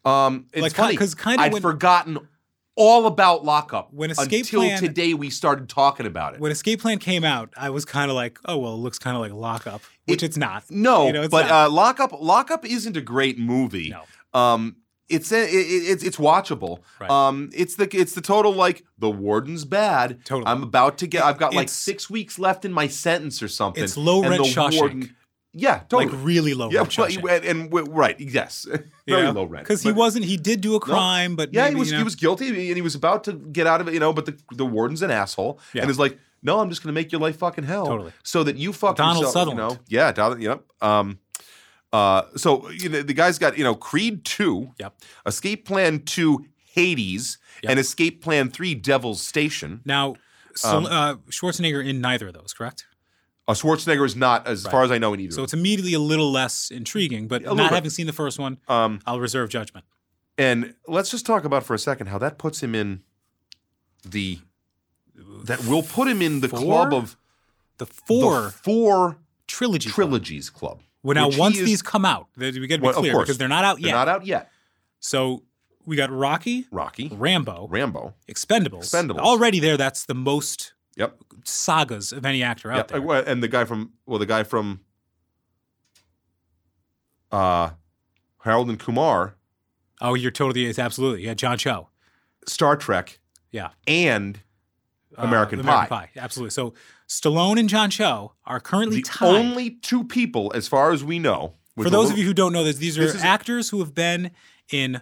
D: Um, it's
C: Like, ki-
D: funny
C: 'cause kinda
D: I'd
C: when-
D: forgotten all about lockup
C: When Escape
D: until
C: Plan-
D: today we started talking about it.
C: When Escape Plan came out, I was kind of like, oh well, it looks kind of like Lockup, which
D: It-
C: it's not.
D: No,
C: You know, it's
D: but
C: not.
D: uh, Lockup Lockup isn't a great movie.
C: No.
D: Um, it's a, it, it- it's it's watchable.
C: Right.
D: Um, it's the it's the total like the warden's bad.
C: Totally.
D: I'm about to get. I've got like
C: It's-
D: six weeks left in my sentence or something.
C: It's low
D: and
C: rent
D: the
C: Shawshank.
D: yeah, totally.
C: Like really low
D: yeah,
C: rent
D: well,
C: Shawshank.
D: and, and we- right, yes, very low rent.
C: Because he
D: But-
C: wasn't. He did do a crime, but
D: Yeah,
C: maybe,
D: he was
C: you know,
D: he was guilty and he was about to get out of it, you know. But the the warden's an asshole
C: Yeah.
D: and is like, no, I'm just going to make your life fucking hell,
C: Totally.
D: so that you fuck
C: Donald
D: yourself, You know?
C: Sutherland.
D: Yeah, Donald. Yep. Um, uh, so you know, the guy's got you know Creed two,
C: Yep.
D: Escape Plan two, Hades, and Escape Plan three, Devil's Station.
C: Now, Sl- uh, Schwarzenegger in neither of those, correct?
D: Uh, Schwarzenegger is not, as far as I know, in either.
C: So it's immediately a little less intriguing. But
D: little
C: not
D: bit.
C: having seen the first one,
D: Um,
C: I'll reserve judgment.
D: and let's just talk about for a second how that puts him in the that will put him in the club
C: Four?
D: of
C: The
D: the
C: four
D: four
C: trilogy.
D: trilogies club.
C: Well, now
D: which he
C: once
D: is-
C: these come out, they- we got to be
D: Well, of
C: clear
D: course.
C: because they're not out
D: They're
C: yet.
D: not out yet.
C: So we got Rocky,
D: Rocky,
C: Rambo,
D: Rambo.
C: Expendables.
D: Expendables.
C: Already there, that's the most
D: Yep.
C: sagas of any actor out
D: yep.
C: there.
D: Well, And the guy from well, the guy from uh Harold and Kumar,
C: Oh, you're totally. It's absolutely. Yeah, John Cho.
D: Star Trek,
C: Yeah.
D: and
C: Uh,
D: American Pie.
C: American Pie. Absolutely. So Stallone and John Cho are currently
D: the
C: tied.
D: only two people, as far as we know. with
C: For
D: a
C: those
D: little-
C: of you who don't know this, these are
D: This is-
C: actors who have been in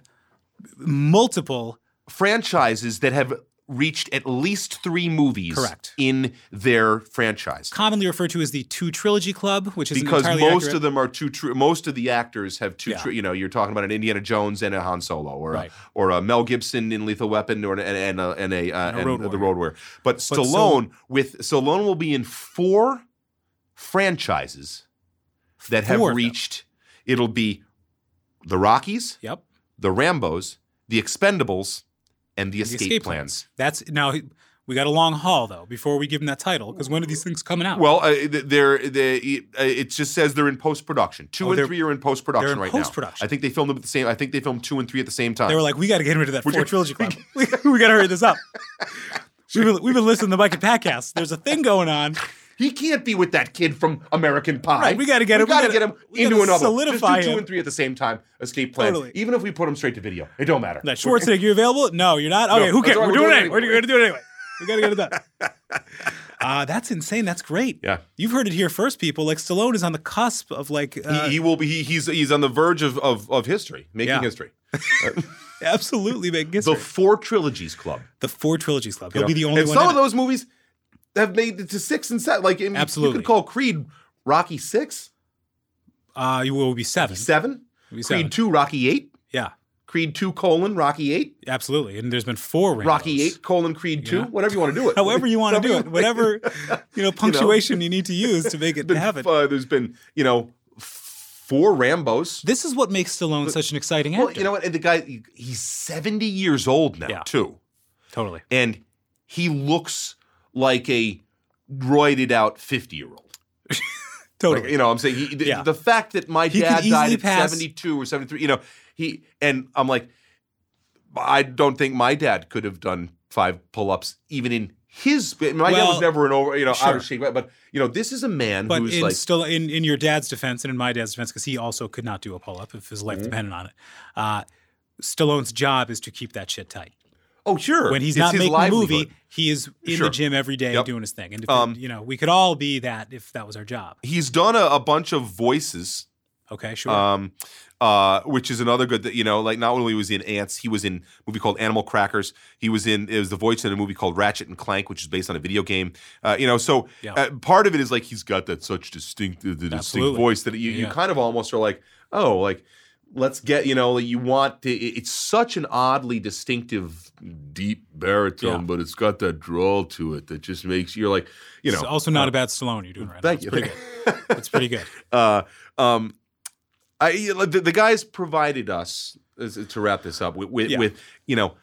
C: multiple.
D: franchises that have reached at least three movies
C: Correct.
D: in their franchise.
C: Commonly referred to as the two trilogy club, which is
D: because
C: entirely
D: most
C: accurate.
D: of them are two true most of the actors have two
C: Yeah.
D: true you know you're talking about an indiana jones and a han solo or
C: Right.
D: a, or a mel gibson in lethal weapon or an, and, and a and a, uh,
C: And a
D: and
C: Road
D: the
C: Warrior.
D: road warrior but
C: so-
D: stallone with stallone will be in four franchises that
C: Four of
D: have
C: them.
D: reached it'll be the rockies
C: Yep.
D: the rambos the expendables and the,
C: The
D: escape, plans.
C: That's now we got a long haul though before we give them that title because when are these things coming out?
D: Well, uh, th- they're, they uh, it just says they're in post production. Two
C: Oh,
D: and
C: they're-
D: three are in post production
C: they're in
D: right
C: post-production.
D: now. I think they filmed them at the same. I think they filmed two and three at the same time.
C: they were like, we got to get rid of that
D: We're
C: four
D: just-
C: trilogy club. we got to hurry this up. We've been, we've been listening to the Mike and Pat cast. There's a thing going on.
D: he can't be with that kid from American Pie.
C: Right, we gotta get him- we
D: We gotta
C: gotta-
D: get him
C: we
D: into
C: gotta
D: another.
C: solidify
D: just do two
C: him.
D: and three at the same time. Escape plan.
C: Totally.
D: Even if we put him straight to video, it don't matter.
C: That Schwarzenegger, you available? No, you're not. Okay,
D: No,
C: who cares?
D: that's all
C: We're
D: right,
C: doing it anyway. We're gonna do it anyway. We gotta get it done. Uh, that's insane. That's great.
D: Yeah.
C: you've heard it here first, people. Like Stallone is on the cusp of like uh,
D: he, he will be. He, he's he's on the verge of of, of history, making
C: Yeah.
D: history.
C: absolutely making
D: The
C: history.
D: four trilogies club.
C: The, four trilogies club. He'll
D: know?
C: be the only
D: and
C: one.
D: Some
C: in
D: of
C: it.
D: those movies have made it to six and seven. Like I mean, you
C: Absolutely.
D: could call Creed Rocky six,
C: uh, you will be seven.
D: seven.
C: It'll be seven.
D: Creed two, Rocky eight.
C: Yeah,
D: Creed two colon Rocky eight,
C: absolutely. And there's been four. Rambos.
D: Rocky eight colon Creed two,
C: Yeah.
D: whatever you want to do it.
C: However you want to do it, whatever you know punctuation you need to use to make it
D: Been,
C: happen.
D: uh, there's been you know four Rambo's.
C: This is what makes Stallone such an exciting actor.
D: Well, you know what? And the guy he- he's seventy years old now
C: Yeah.
D: too,
C: totally.
D: and he looks like a roided out fifty year old.
C: Totally.
D: Like, you know, I'm saying he, the,
C: Yeah.
D: the fact that my
C: He could
D: dad died
C: easily
D: at
C: pass-
D: 72 or 73, you know, he and I'm like, I don't think my dad could have done five pull-ups even in his. My dad was
C: Well,
D: never an over, you know, out
C: sure.
D: of shape, but, but, you know, this is a man
C: But
D: who's
C: in
D: like
C: still in, in your dad's defense and in my dad's defense, because he also could not do a pull up if his
D: Mm-hmm.
C: life depended on it. Uh, Stallone's job is to keep that shit tight.
D: oh sure
C: When he's
D: It's
C: not
D: his
C: making a
D: livelihood.
C: movie, he is in
D: Sure.
C: the gym every day
D: Yep.
C: doing his thing. And if,
D: Um,
C: you know, we could all be that if that was our job.
D: He's done a, a bunch of voices,
C: Okay, sure.
D: um, uh, which is another good that you know. Like not only was he in Ants, he was in a movie called Animal Crackers. He was in it was the voice in a movie called Ratchet and Clank, which is based on a video game. Uh, you know, so
C: Yeah.
D: uh, part of it is like he's got that such distinct the distinct
C: Absolutely.
D: voice that you, you
C: Yeah.
D: kind of almost are like, oh, like let's get you know like you want to, it- it's such an oddly distinctive deep baritone,
C: Yeah.
D: but it's got that drawl to it that just makes you're like you know uh,
C: it's also not a bad Stallone you're doing right
D: thank
C: now.
D: you.
C: It's pretty good. It's pretty good.
D: uh, um, I you know, the, the guys provided us as- to wrap this up with with,
C: Yeah.
D: with you know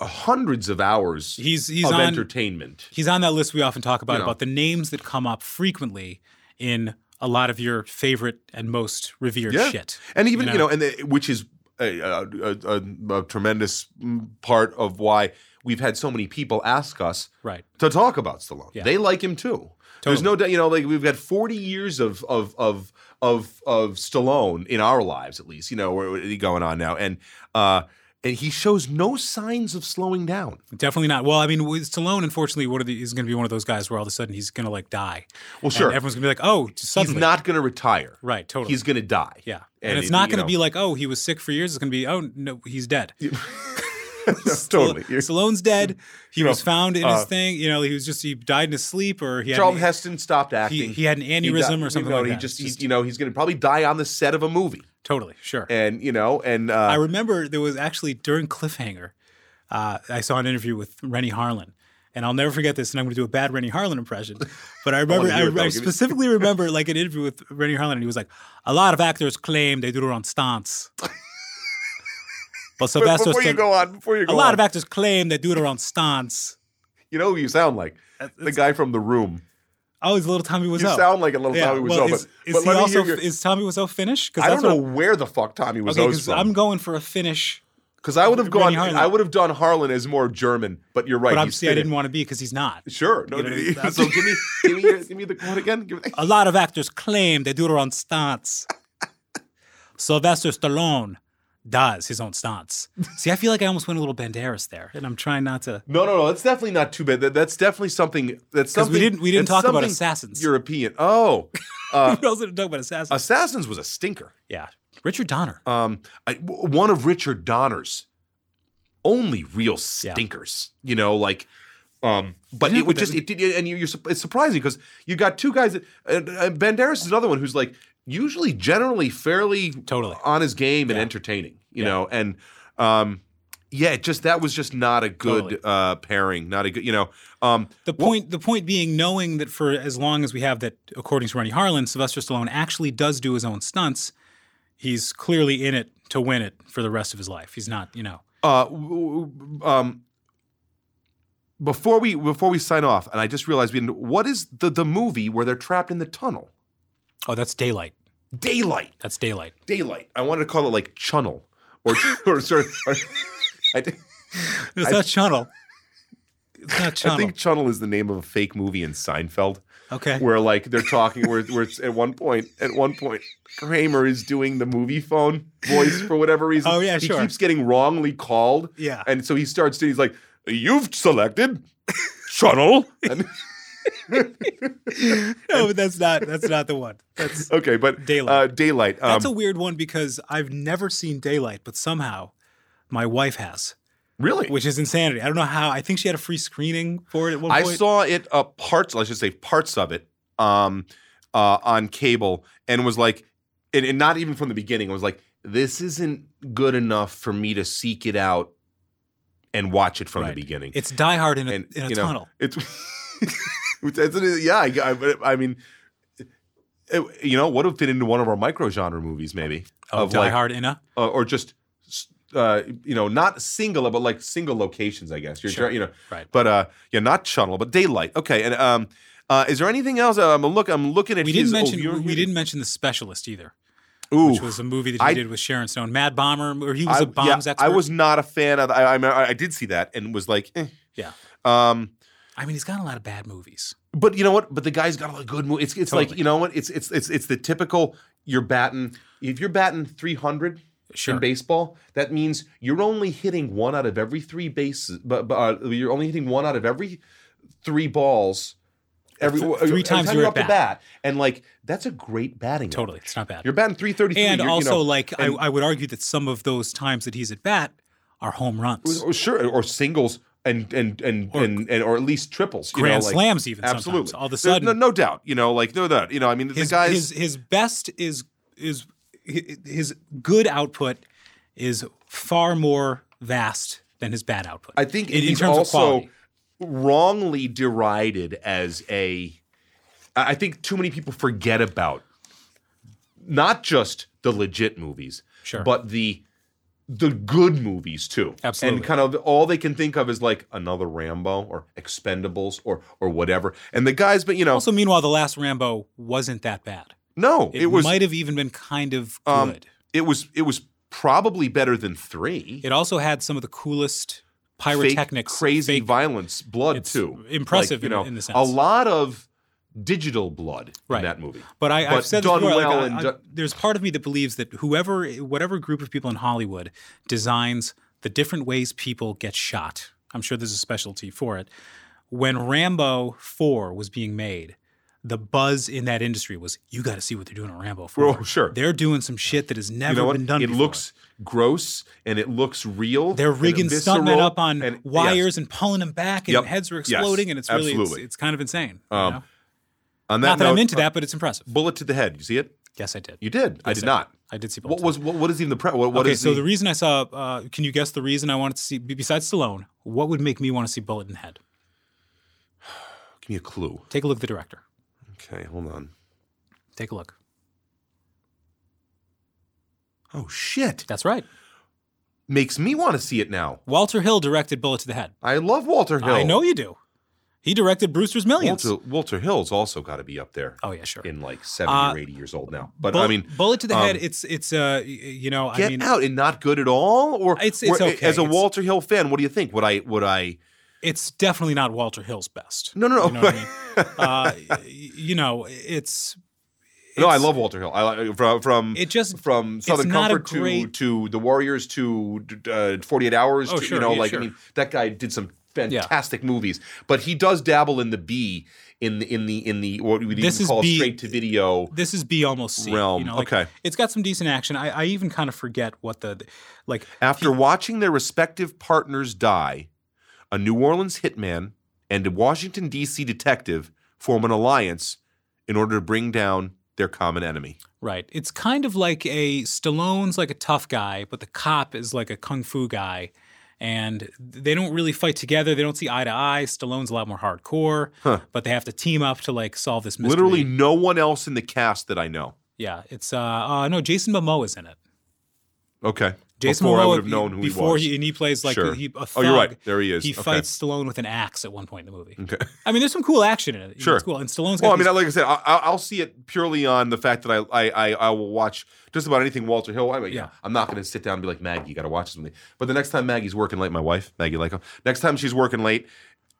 D: hundreds of hours
C: He's he's
D: of
C: on
D: entertainment.
C: he's on that list we often talk about
D: You know.
C: about the names that come up frequently in a lot of your favorite and most revered
D: Yeah.
C: shit.
D: And even you
C: you
D: know,
C: know.
D: and the, which is a, a, a, a- a tremendous mm, part of why we've had so many people ask us
C: Right.
D: to talk about Stallone. They like him too. There's
C: Totally.
D: no doubt, you know, like we've got 40 years of of of of of Stallone in our lives, at least, you know, where- where going on now, and uh, and he shows no signs of slowing down.
C: Definitely not. Well, I mean, with Stallone, unfortunately, one of the, is going to be one of those guys where all of a sudden he's going to like die.
D: Well, sure.
C: And everyone's going to be like, oh, suddenly.
D: He's not going to retire.
C: Right, totally.
D: He's going to die.
C: yeah. And, it's
D: it-
C: not
D: you
C: going to be
D: know,
C: like, oh, he was sick for years. It's going to be, oh, no, he's dead.
D: totally.
C: Stall- Stallone's dead. He
D: you know,
C: was found in
D: uh,
C: his thing. You know, he was just, he died in his sleep or he had.
D: Charlton
C: an-
D: Heston stopped acting.
C: he had an aneurysm
D: di-
C: or something
D: you know,
C: like
D: he
C: that.
D: Just,
C: Just-
D: he, you know, he's going to probably die on the set of a movie,
C: Totally, sure.
D: and you know, and uh,
C: I remember there was actually during Cliffhanger, uh, I saw an interview with Rennie Harlan. And I'll never forget this, and I'm going to do a bad Rennie Harlan impression. But I remember,
D: wanna hear
C: I,
D: it, though.
C: I
D: Give me-
C: specifically remember like an interview with Rennie Harlan, and he was like, "A lot of actors claim they do it on stunts, but
D: but
C: Sylvester,
D: before you
C: Stallone-
D: go on, before you go
C: a lot
D: on,
C: of actors claim they do it on stunts."
D: you know who you sound like? The guy from The Room.
C: Oh, it's little Tommy
D: You
C: Wiseau.
D: sound like a little
C: Yeah,
D: Tommy Wiseau,
C: well,
D: but,
C: is, is
D: but
C: he
D: let me
C: also
D: hear your,
C: is Tommy Wiseau Finnish?
D: I don't
C: that's what-
D: know where the fuck Tommy
C: Okay,
D: Wiseau's
C: because I'm
D: from.
C: going for a Finnish,
D: Because I would have gone,
C: Rennie Harlan.
D: I would have done Harlan as more German, but you're right.
C: but
D: he's
C: obviously I
D: Finnish.
C: didn't want to be because he's not.
D: Sure, no,
C: You know,
D: no, no,
C: that's-
D: so give me, give me, your, give me the quote again. Give me,
C: A lot of actors claim they do their own stunts. Sylvester Stallone does his own stunts. See, I feel like I almost went a little Banderas there, and I'm trying not to.
D: No, no, no. That's definitely not too bad. That, that's definitely something. That's
C: 'Cause
D: something
C: we didn't- we didn't
D: that's
C: talk about
D: something
C: Assassins.
D: European. Oh, uh,
C: we also didn't talk about assassins.
D: Assassins was a stinker.
C: yeah, Richard Donner.
D: Um, I, w- one of Richard Donner's only real stinkers. You know, like. Um, but it would just it did, and you, you're su- it's surprising because you got two guys. That, uh, uh, Banderas is another one who's like usually generally fairly
C: Totally.
D: on his game and entertaining. You know, and um, yeah, it just that was just not a good
C: Totally.
D: uh pairing. Not a good. You know, um,
C: the point, the point being, knowing that for as long as we have that, according to Rennie Harlan, Sylvester Stallone actually does do his own stunts. He's clearly in it to win it for the rest of his life. He's not, you know.
D: Uh, w- w- um, before we before we sign off, and I just realized we didn't, what is the the movie where they're trapped in the tunnel?
C: Oh, that's daylight.
D: Daylight,
C: That's daylight.
D: daylight. I wanted to call it like Chunnel or or sort of. Or, I, thi-
C: It's not Chunnel. It's not Chunnel.
D: I think Chunnel is the name of a fake movie in Seinfeld,
C: okay.
D: where like they're talking, where where it's at one point, at one point, Kramer is doing the movie phone voice for whatever reason.
C: Oh, yeah,
D: he
C: sure.
D: keeps getting wrongly called.
C: Yeah.
D: and so he starts doing. He's like, "You've selected Chunnel." And-
C: No, but that's not that's not the one. That's
D: Okay, but
C: Daylight.
D: Uh, daylight. Um,
C: that's a weird one because I've never seen daylight, but somehow my wife has,
D: really.
C: which is insanity. I don't know how. I think she had a free screening for it at one
D: I
C: point.
D: saw it uh, parts. I should say parts of it um, uh, on cable, and was like, and, and not even from the beginning. I was like, this isn't good enough for me to seek it out and watch it from
C: Right.
D: the beginning.
C: it's Die Hard in a,
D: and
C: in a
D: you know,
C: tunnel.
D: It's, it's, it's- yeah. I, I, I mean, it- you know, what would fit into one of our micro genre movies, maybe
C: Oh,
D: of
C: Die
D: like
C: Hard in a
D: uh, or just uh, you know not single but like single locations i guess you're
C: Sure.
D: try- you know
C: Right.
D: but uh yeah not chunnel but daylight okay and um uh, is there anything else i'm look i'm looking at
C: we didn't
D: his- oh,
C: mention
D: you're
C: we, we
D: reading-
C: didn't mention the Specialist either,
D: Ooh.
C: which was a movie that he
D: I-
C: did with Sharon Stone, Mad Bomber, or he was
D: I,
C: a bombs
D: yeah,
C: expert.
D: I was not a fan of I, I i did see that and was like eh.
C: yeah.
D: um
C: I mean, he's got a lot of bad movies.
D: but you know what but the guy's got a lot of good movie it's, it's like
C: Totally.
D: you know what it's it's it's it's the typical you're batting if you're batting 300
C: Sure.
D: in baseball, that means you're only hitting one out of every three bases. But, but uh, you're only hitting one out of every three balls. Every
C: Th-
D: uh,
C: three
D: every
C: times
D: time
C: you're
D: you're
C: at
D: up to bat, and like that's a great batting.
C: Totally,
D: average.
C: it's not bad.
D: You're batting three thirty three,
C: and also, like I, I would argue that some of those times that he's at bat are home runs,
D: or sure, or singles. And and and, and and or at least triples, you
C: grand
D: know, like-
C: slams, even
D: absolutely.
C: sometimes. All of a
D: There's
C: sudden,
D: no, no doubt, you know, like no doubt, you know. I mean,
C: his,
D: the guys,
C: his his best is is hi- his good output is far more vast than his bad output.
D: I think
C: in, in
D: he's
C: terms
D: also
C: of quality.
D: wrongly derided as a. I I think too many people forget about not just the legit movies,
C: Sure.
D: but the the good movies too.
C: Absolutely.
D: And kind of all they can think of is like another Rambo or Expendables or or whatever. And the guys, but you know,
C: Also, meanwhile, the last Rambo wasn't that bad.
D: no,
C: It,
D: it was um,
C: might have even been kind of good.
D: it was it was probably better than three.
C: It also had some of the coolest
D: Fake,
C: pyrotechnics.
D: crazy
C: fake-
D: violence, blood
C: it's
D: too.
C: impressive
D: Like, you
C: in-
D: know,
C: in the
D: a
C: sense.
D: lot of digital blood
C: Right.
D: in that movie.
C: But I,
D: But
C: I've said this
D: done
C: before. like,
D: well
C: I-
D: and
C: I-
D: done-
C: there's part of me that believes that whoever, whatever group of people in Hollywood designs the different ways people get shot. I'm sure there's a specialty for it. When Rambo Four was being made, the buzz in that industry was, "You got to see what they're doing in Rambo 4.
D: Oh, sure.
C: they're doing some shit that has never
D: you know what?
C: been done.
D: it
C: before.
D: looks gross and it looks real.
C: They're
D: and
C: rigging stuntmen
D: visceral
C: up on
D: and- yes.
C: wires and pulling them back, and
D: Yep.
C: heads are
D: Yes,
C: exploding, and it's really it's,
D: absolutely.
C: it's kind of insane. you know?
D: On
C: Not that I'm
D: note,
C: into
D: uh,
C: that, but it's impressive.
D: Bullet to the head. You see it?
C: Yes, I did.
D: You did. I
C: Yes,
D: did not.
C: I did see. Bullet
D: What
C: Time.
D: was what, what is even the pre- what, what
C: okay,
D: is
C: so the, reason I saw, uh, can you guess the reason I wanted to see, be- besides Stallone, what would make me want to see Bullet in the Head?
D: give me a clue.
C: Take a look at the director.
D: Okay, hold on.
C: Take a look.
D: Oh shit!
C: That's right.
D: Makes me want to see it now.
C: Walter Hill directed Bullet to the Head.
D: I love Walter Hill.
C: I know you do. He directed Brewster's Millions.
D: Walter, Walter Hill's also got to be up there
C: Oh, yeah, sure.
D: in like seventy
C: Uh,
D: or eighty years old now. But
C: Bull-
D: I mean,
C: Bullet to the
D: um,
C: Head, it's, it's uh, y- you know,
D: get
C: I mean,
D: out and not good at all. Or
C: It's- it's
D: or-
C: okay.
D: as a
C: It's-
D: Walter Hill fan, what do you think? Would I would I?
C: it's definitely not Walter Hill's best.
D: No, no, no.
C: You know, what I mean? uh, y- you know it's,
D: no, I
C: it's-
D: love Walter Hill. I like from from
C: it just,
D: from Southern
C: not a
D: Comfort to
C: great-
D: to the Warriors to uh, Forty Eight Hours.
C: Oh,
D: to,
C: sure,
D: you know,
C: yeah,
D: like
C: sure.
D: I mean, that guy did some fantastic movies, but he does dabble in the B in the in the in the what we would
C: This
D: even
C: is
D: call
C: B-
D: straight to video.
C: this is B almost C.
D: Realm,
C: You know, like,
D: okay.
C: It's got some decent action. I, I even kind of forget what the, like,
D: After watching their respective partners die, a New Orleans hitman and a Washington D.C. detective form an alliance in order to bring down their common enemy.
C: Right. It's kind of like a Stallone's like a tough guy, but the cop is like a kung fu guy. And they don't really fight together. They don't see eye to eye. Stallone's a lot more hardcore, but they have to team up to like solve this mystery.
D: Literally, no one else in the cast that I know.
C: Yeah. It's, uh, uh no, Jason Momoa's in it.
D: Okay,
C: Jason
D: before
C: Momoa,
D: I would have known who
C: before
D: he was.
C: and he plays like
D: Sure.
C: he, a
D: Oh, you're right.
C: thug.
D: There he is.
C: He
D: Okay.
C: fights Stallone with an axe at one point in the movie.
D: Okay.
C: I mean, there's some cool action in it. You know,
D: Sure.
C: It's cool. And Stallone's got
D: Well, I
C: these-
D: mean, like I said, I, I- I'll see it purely on the fact that I, I, I, I will watch just about anything Walter Hill. I mean,
C: Yeah.
D: I'm not going to sit down and be like Maggie, you got to watch something. But the next time Maggie's working late, my wife Maggie Lyko, next time she's working late,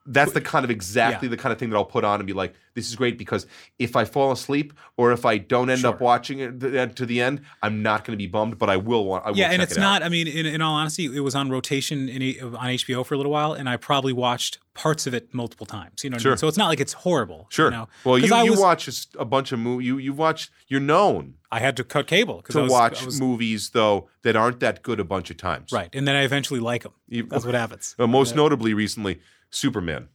D: that's the kind of exactly
C: Yeah.
D: the kind of thing that I'll put on and be like, this is great because if I fall asleep or if I don't end up
C: Sure.
D: watching it th- to the end, I'm not going to be bummed, but I will want. I will
C: yeah, and
D: check
C: it's
D: it out.
C: not. I mean, in, in all honesty, it was on rotation in, a- on HBO for a little while, and I probably watched parts of it multiple times. You know, what I
D: Sure.
C: mean? so it's not like it's horrible.
D: Sure.
C: You know?
D: Well,
C: 'Cause
D: you,
C: I
D: you
C: was-
D: watch a s- a bunch of movies. You you watch. You're known
C: I had to cut cable because
D: to
C: I was,
D: watch
C: I was-
D: movies though that aren't that good a bunch of times.
C: right, and then I eventually like them.
D: You-
C: That's what happens.
D: Uh, most notably recently, Superman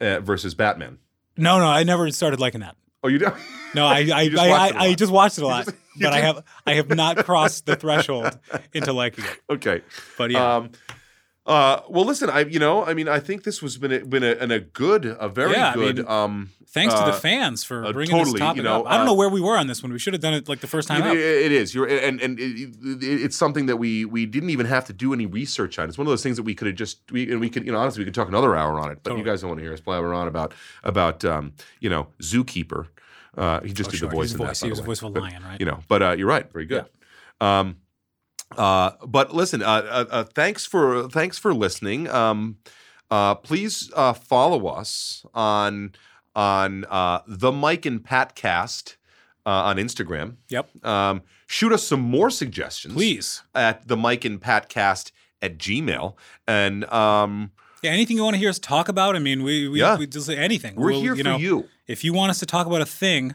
D: uh, versus Batman.
C: No, no, I never started liking that.
D: Oh, you do?
C: No, I I,
D: just
C: I,
D: watched it a
C: I, I
D: lot.
C: just watched it a lot,
D: you
C: but I
D: did.
C: have I have not crossed the threshold into liking it.
D: okay.
C: But yeah,
D: Um, uh, well, listen, I you know, I mean, I think this was been a, been a, and a good, a very
C: Yeah, I
D: good.
C: mean,
D: um,
C: thanks to
D: uh,
C: the fans for
D: uh,
C: bringing
D: totally,
C: this
D: you
C: topic
D: know,
C: up. I don't
D: uh,
C: know where we were on this one. We should have done it like the first time
D: it-
C: out. Oh,
D: it- it is. You're and and it, it- it's something that we we didn't even have to do any research on. It's one of those things that we could have just we and we could you know honestly we could talk another hour on it, but you guys don't want to hear us blabber on about about um, you know zookeeper. Uh, he just
C: Oh,
D: did
C: Sure,
D: the voice
C: his
D: in
C: voice.
D: that. by
C: He
D: the
C: was the
D: way.
C: voice of a lion, right?
D: you know but uh, you're right very good um uh but listen uh, uh, uh thanks for thanks for listening um uh please uh follow us on on uh the mike and pat cast uh, on instagram
C: Yep.
D: um shoot us some more suggestions
C: Please.
D: at the mike and pat cast at gmail and um
C: Yeah, anything you want to hear us talk about? I mean, we we,
D: Yeah.
C: we just anything.
D: we're
C: We'll,
D: here for
C: know,
D: you
C: If you want us to talk about a thing,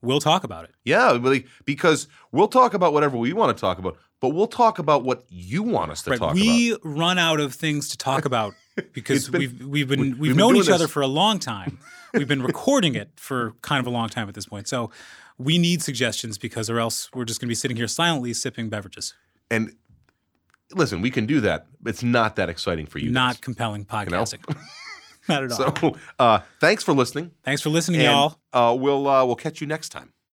C: we'll talk about it.
D: yeah really because we'll talk about whatever we want to talk about but we'll talk about what you want us to
C: Right?
D: talk about
C: We run out of things to talk about because
D: been-
C: we've we've been we've,
D: been
C: known
D: doing
C: each other
D: this.
C: for a long time. we've been recording it for kind of a long time at this point. So we need suggestions because or else we're just going to be sitting here silently sipping beverages.
D: and listen, we can do that. It's not that exciting for you.
C: Not compelling podcasting. Not at all.
D: guys. so. Uh, thanks for listening,
C: Thanks for listening,
D: and
C: y'all.
D: uh, we'll uh, we'll catch you next time.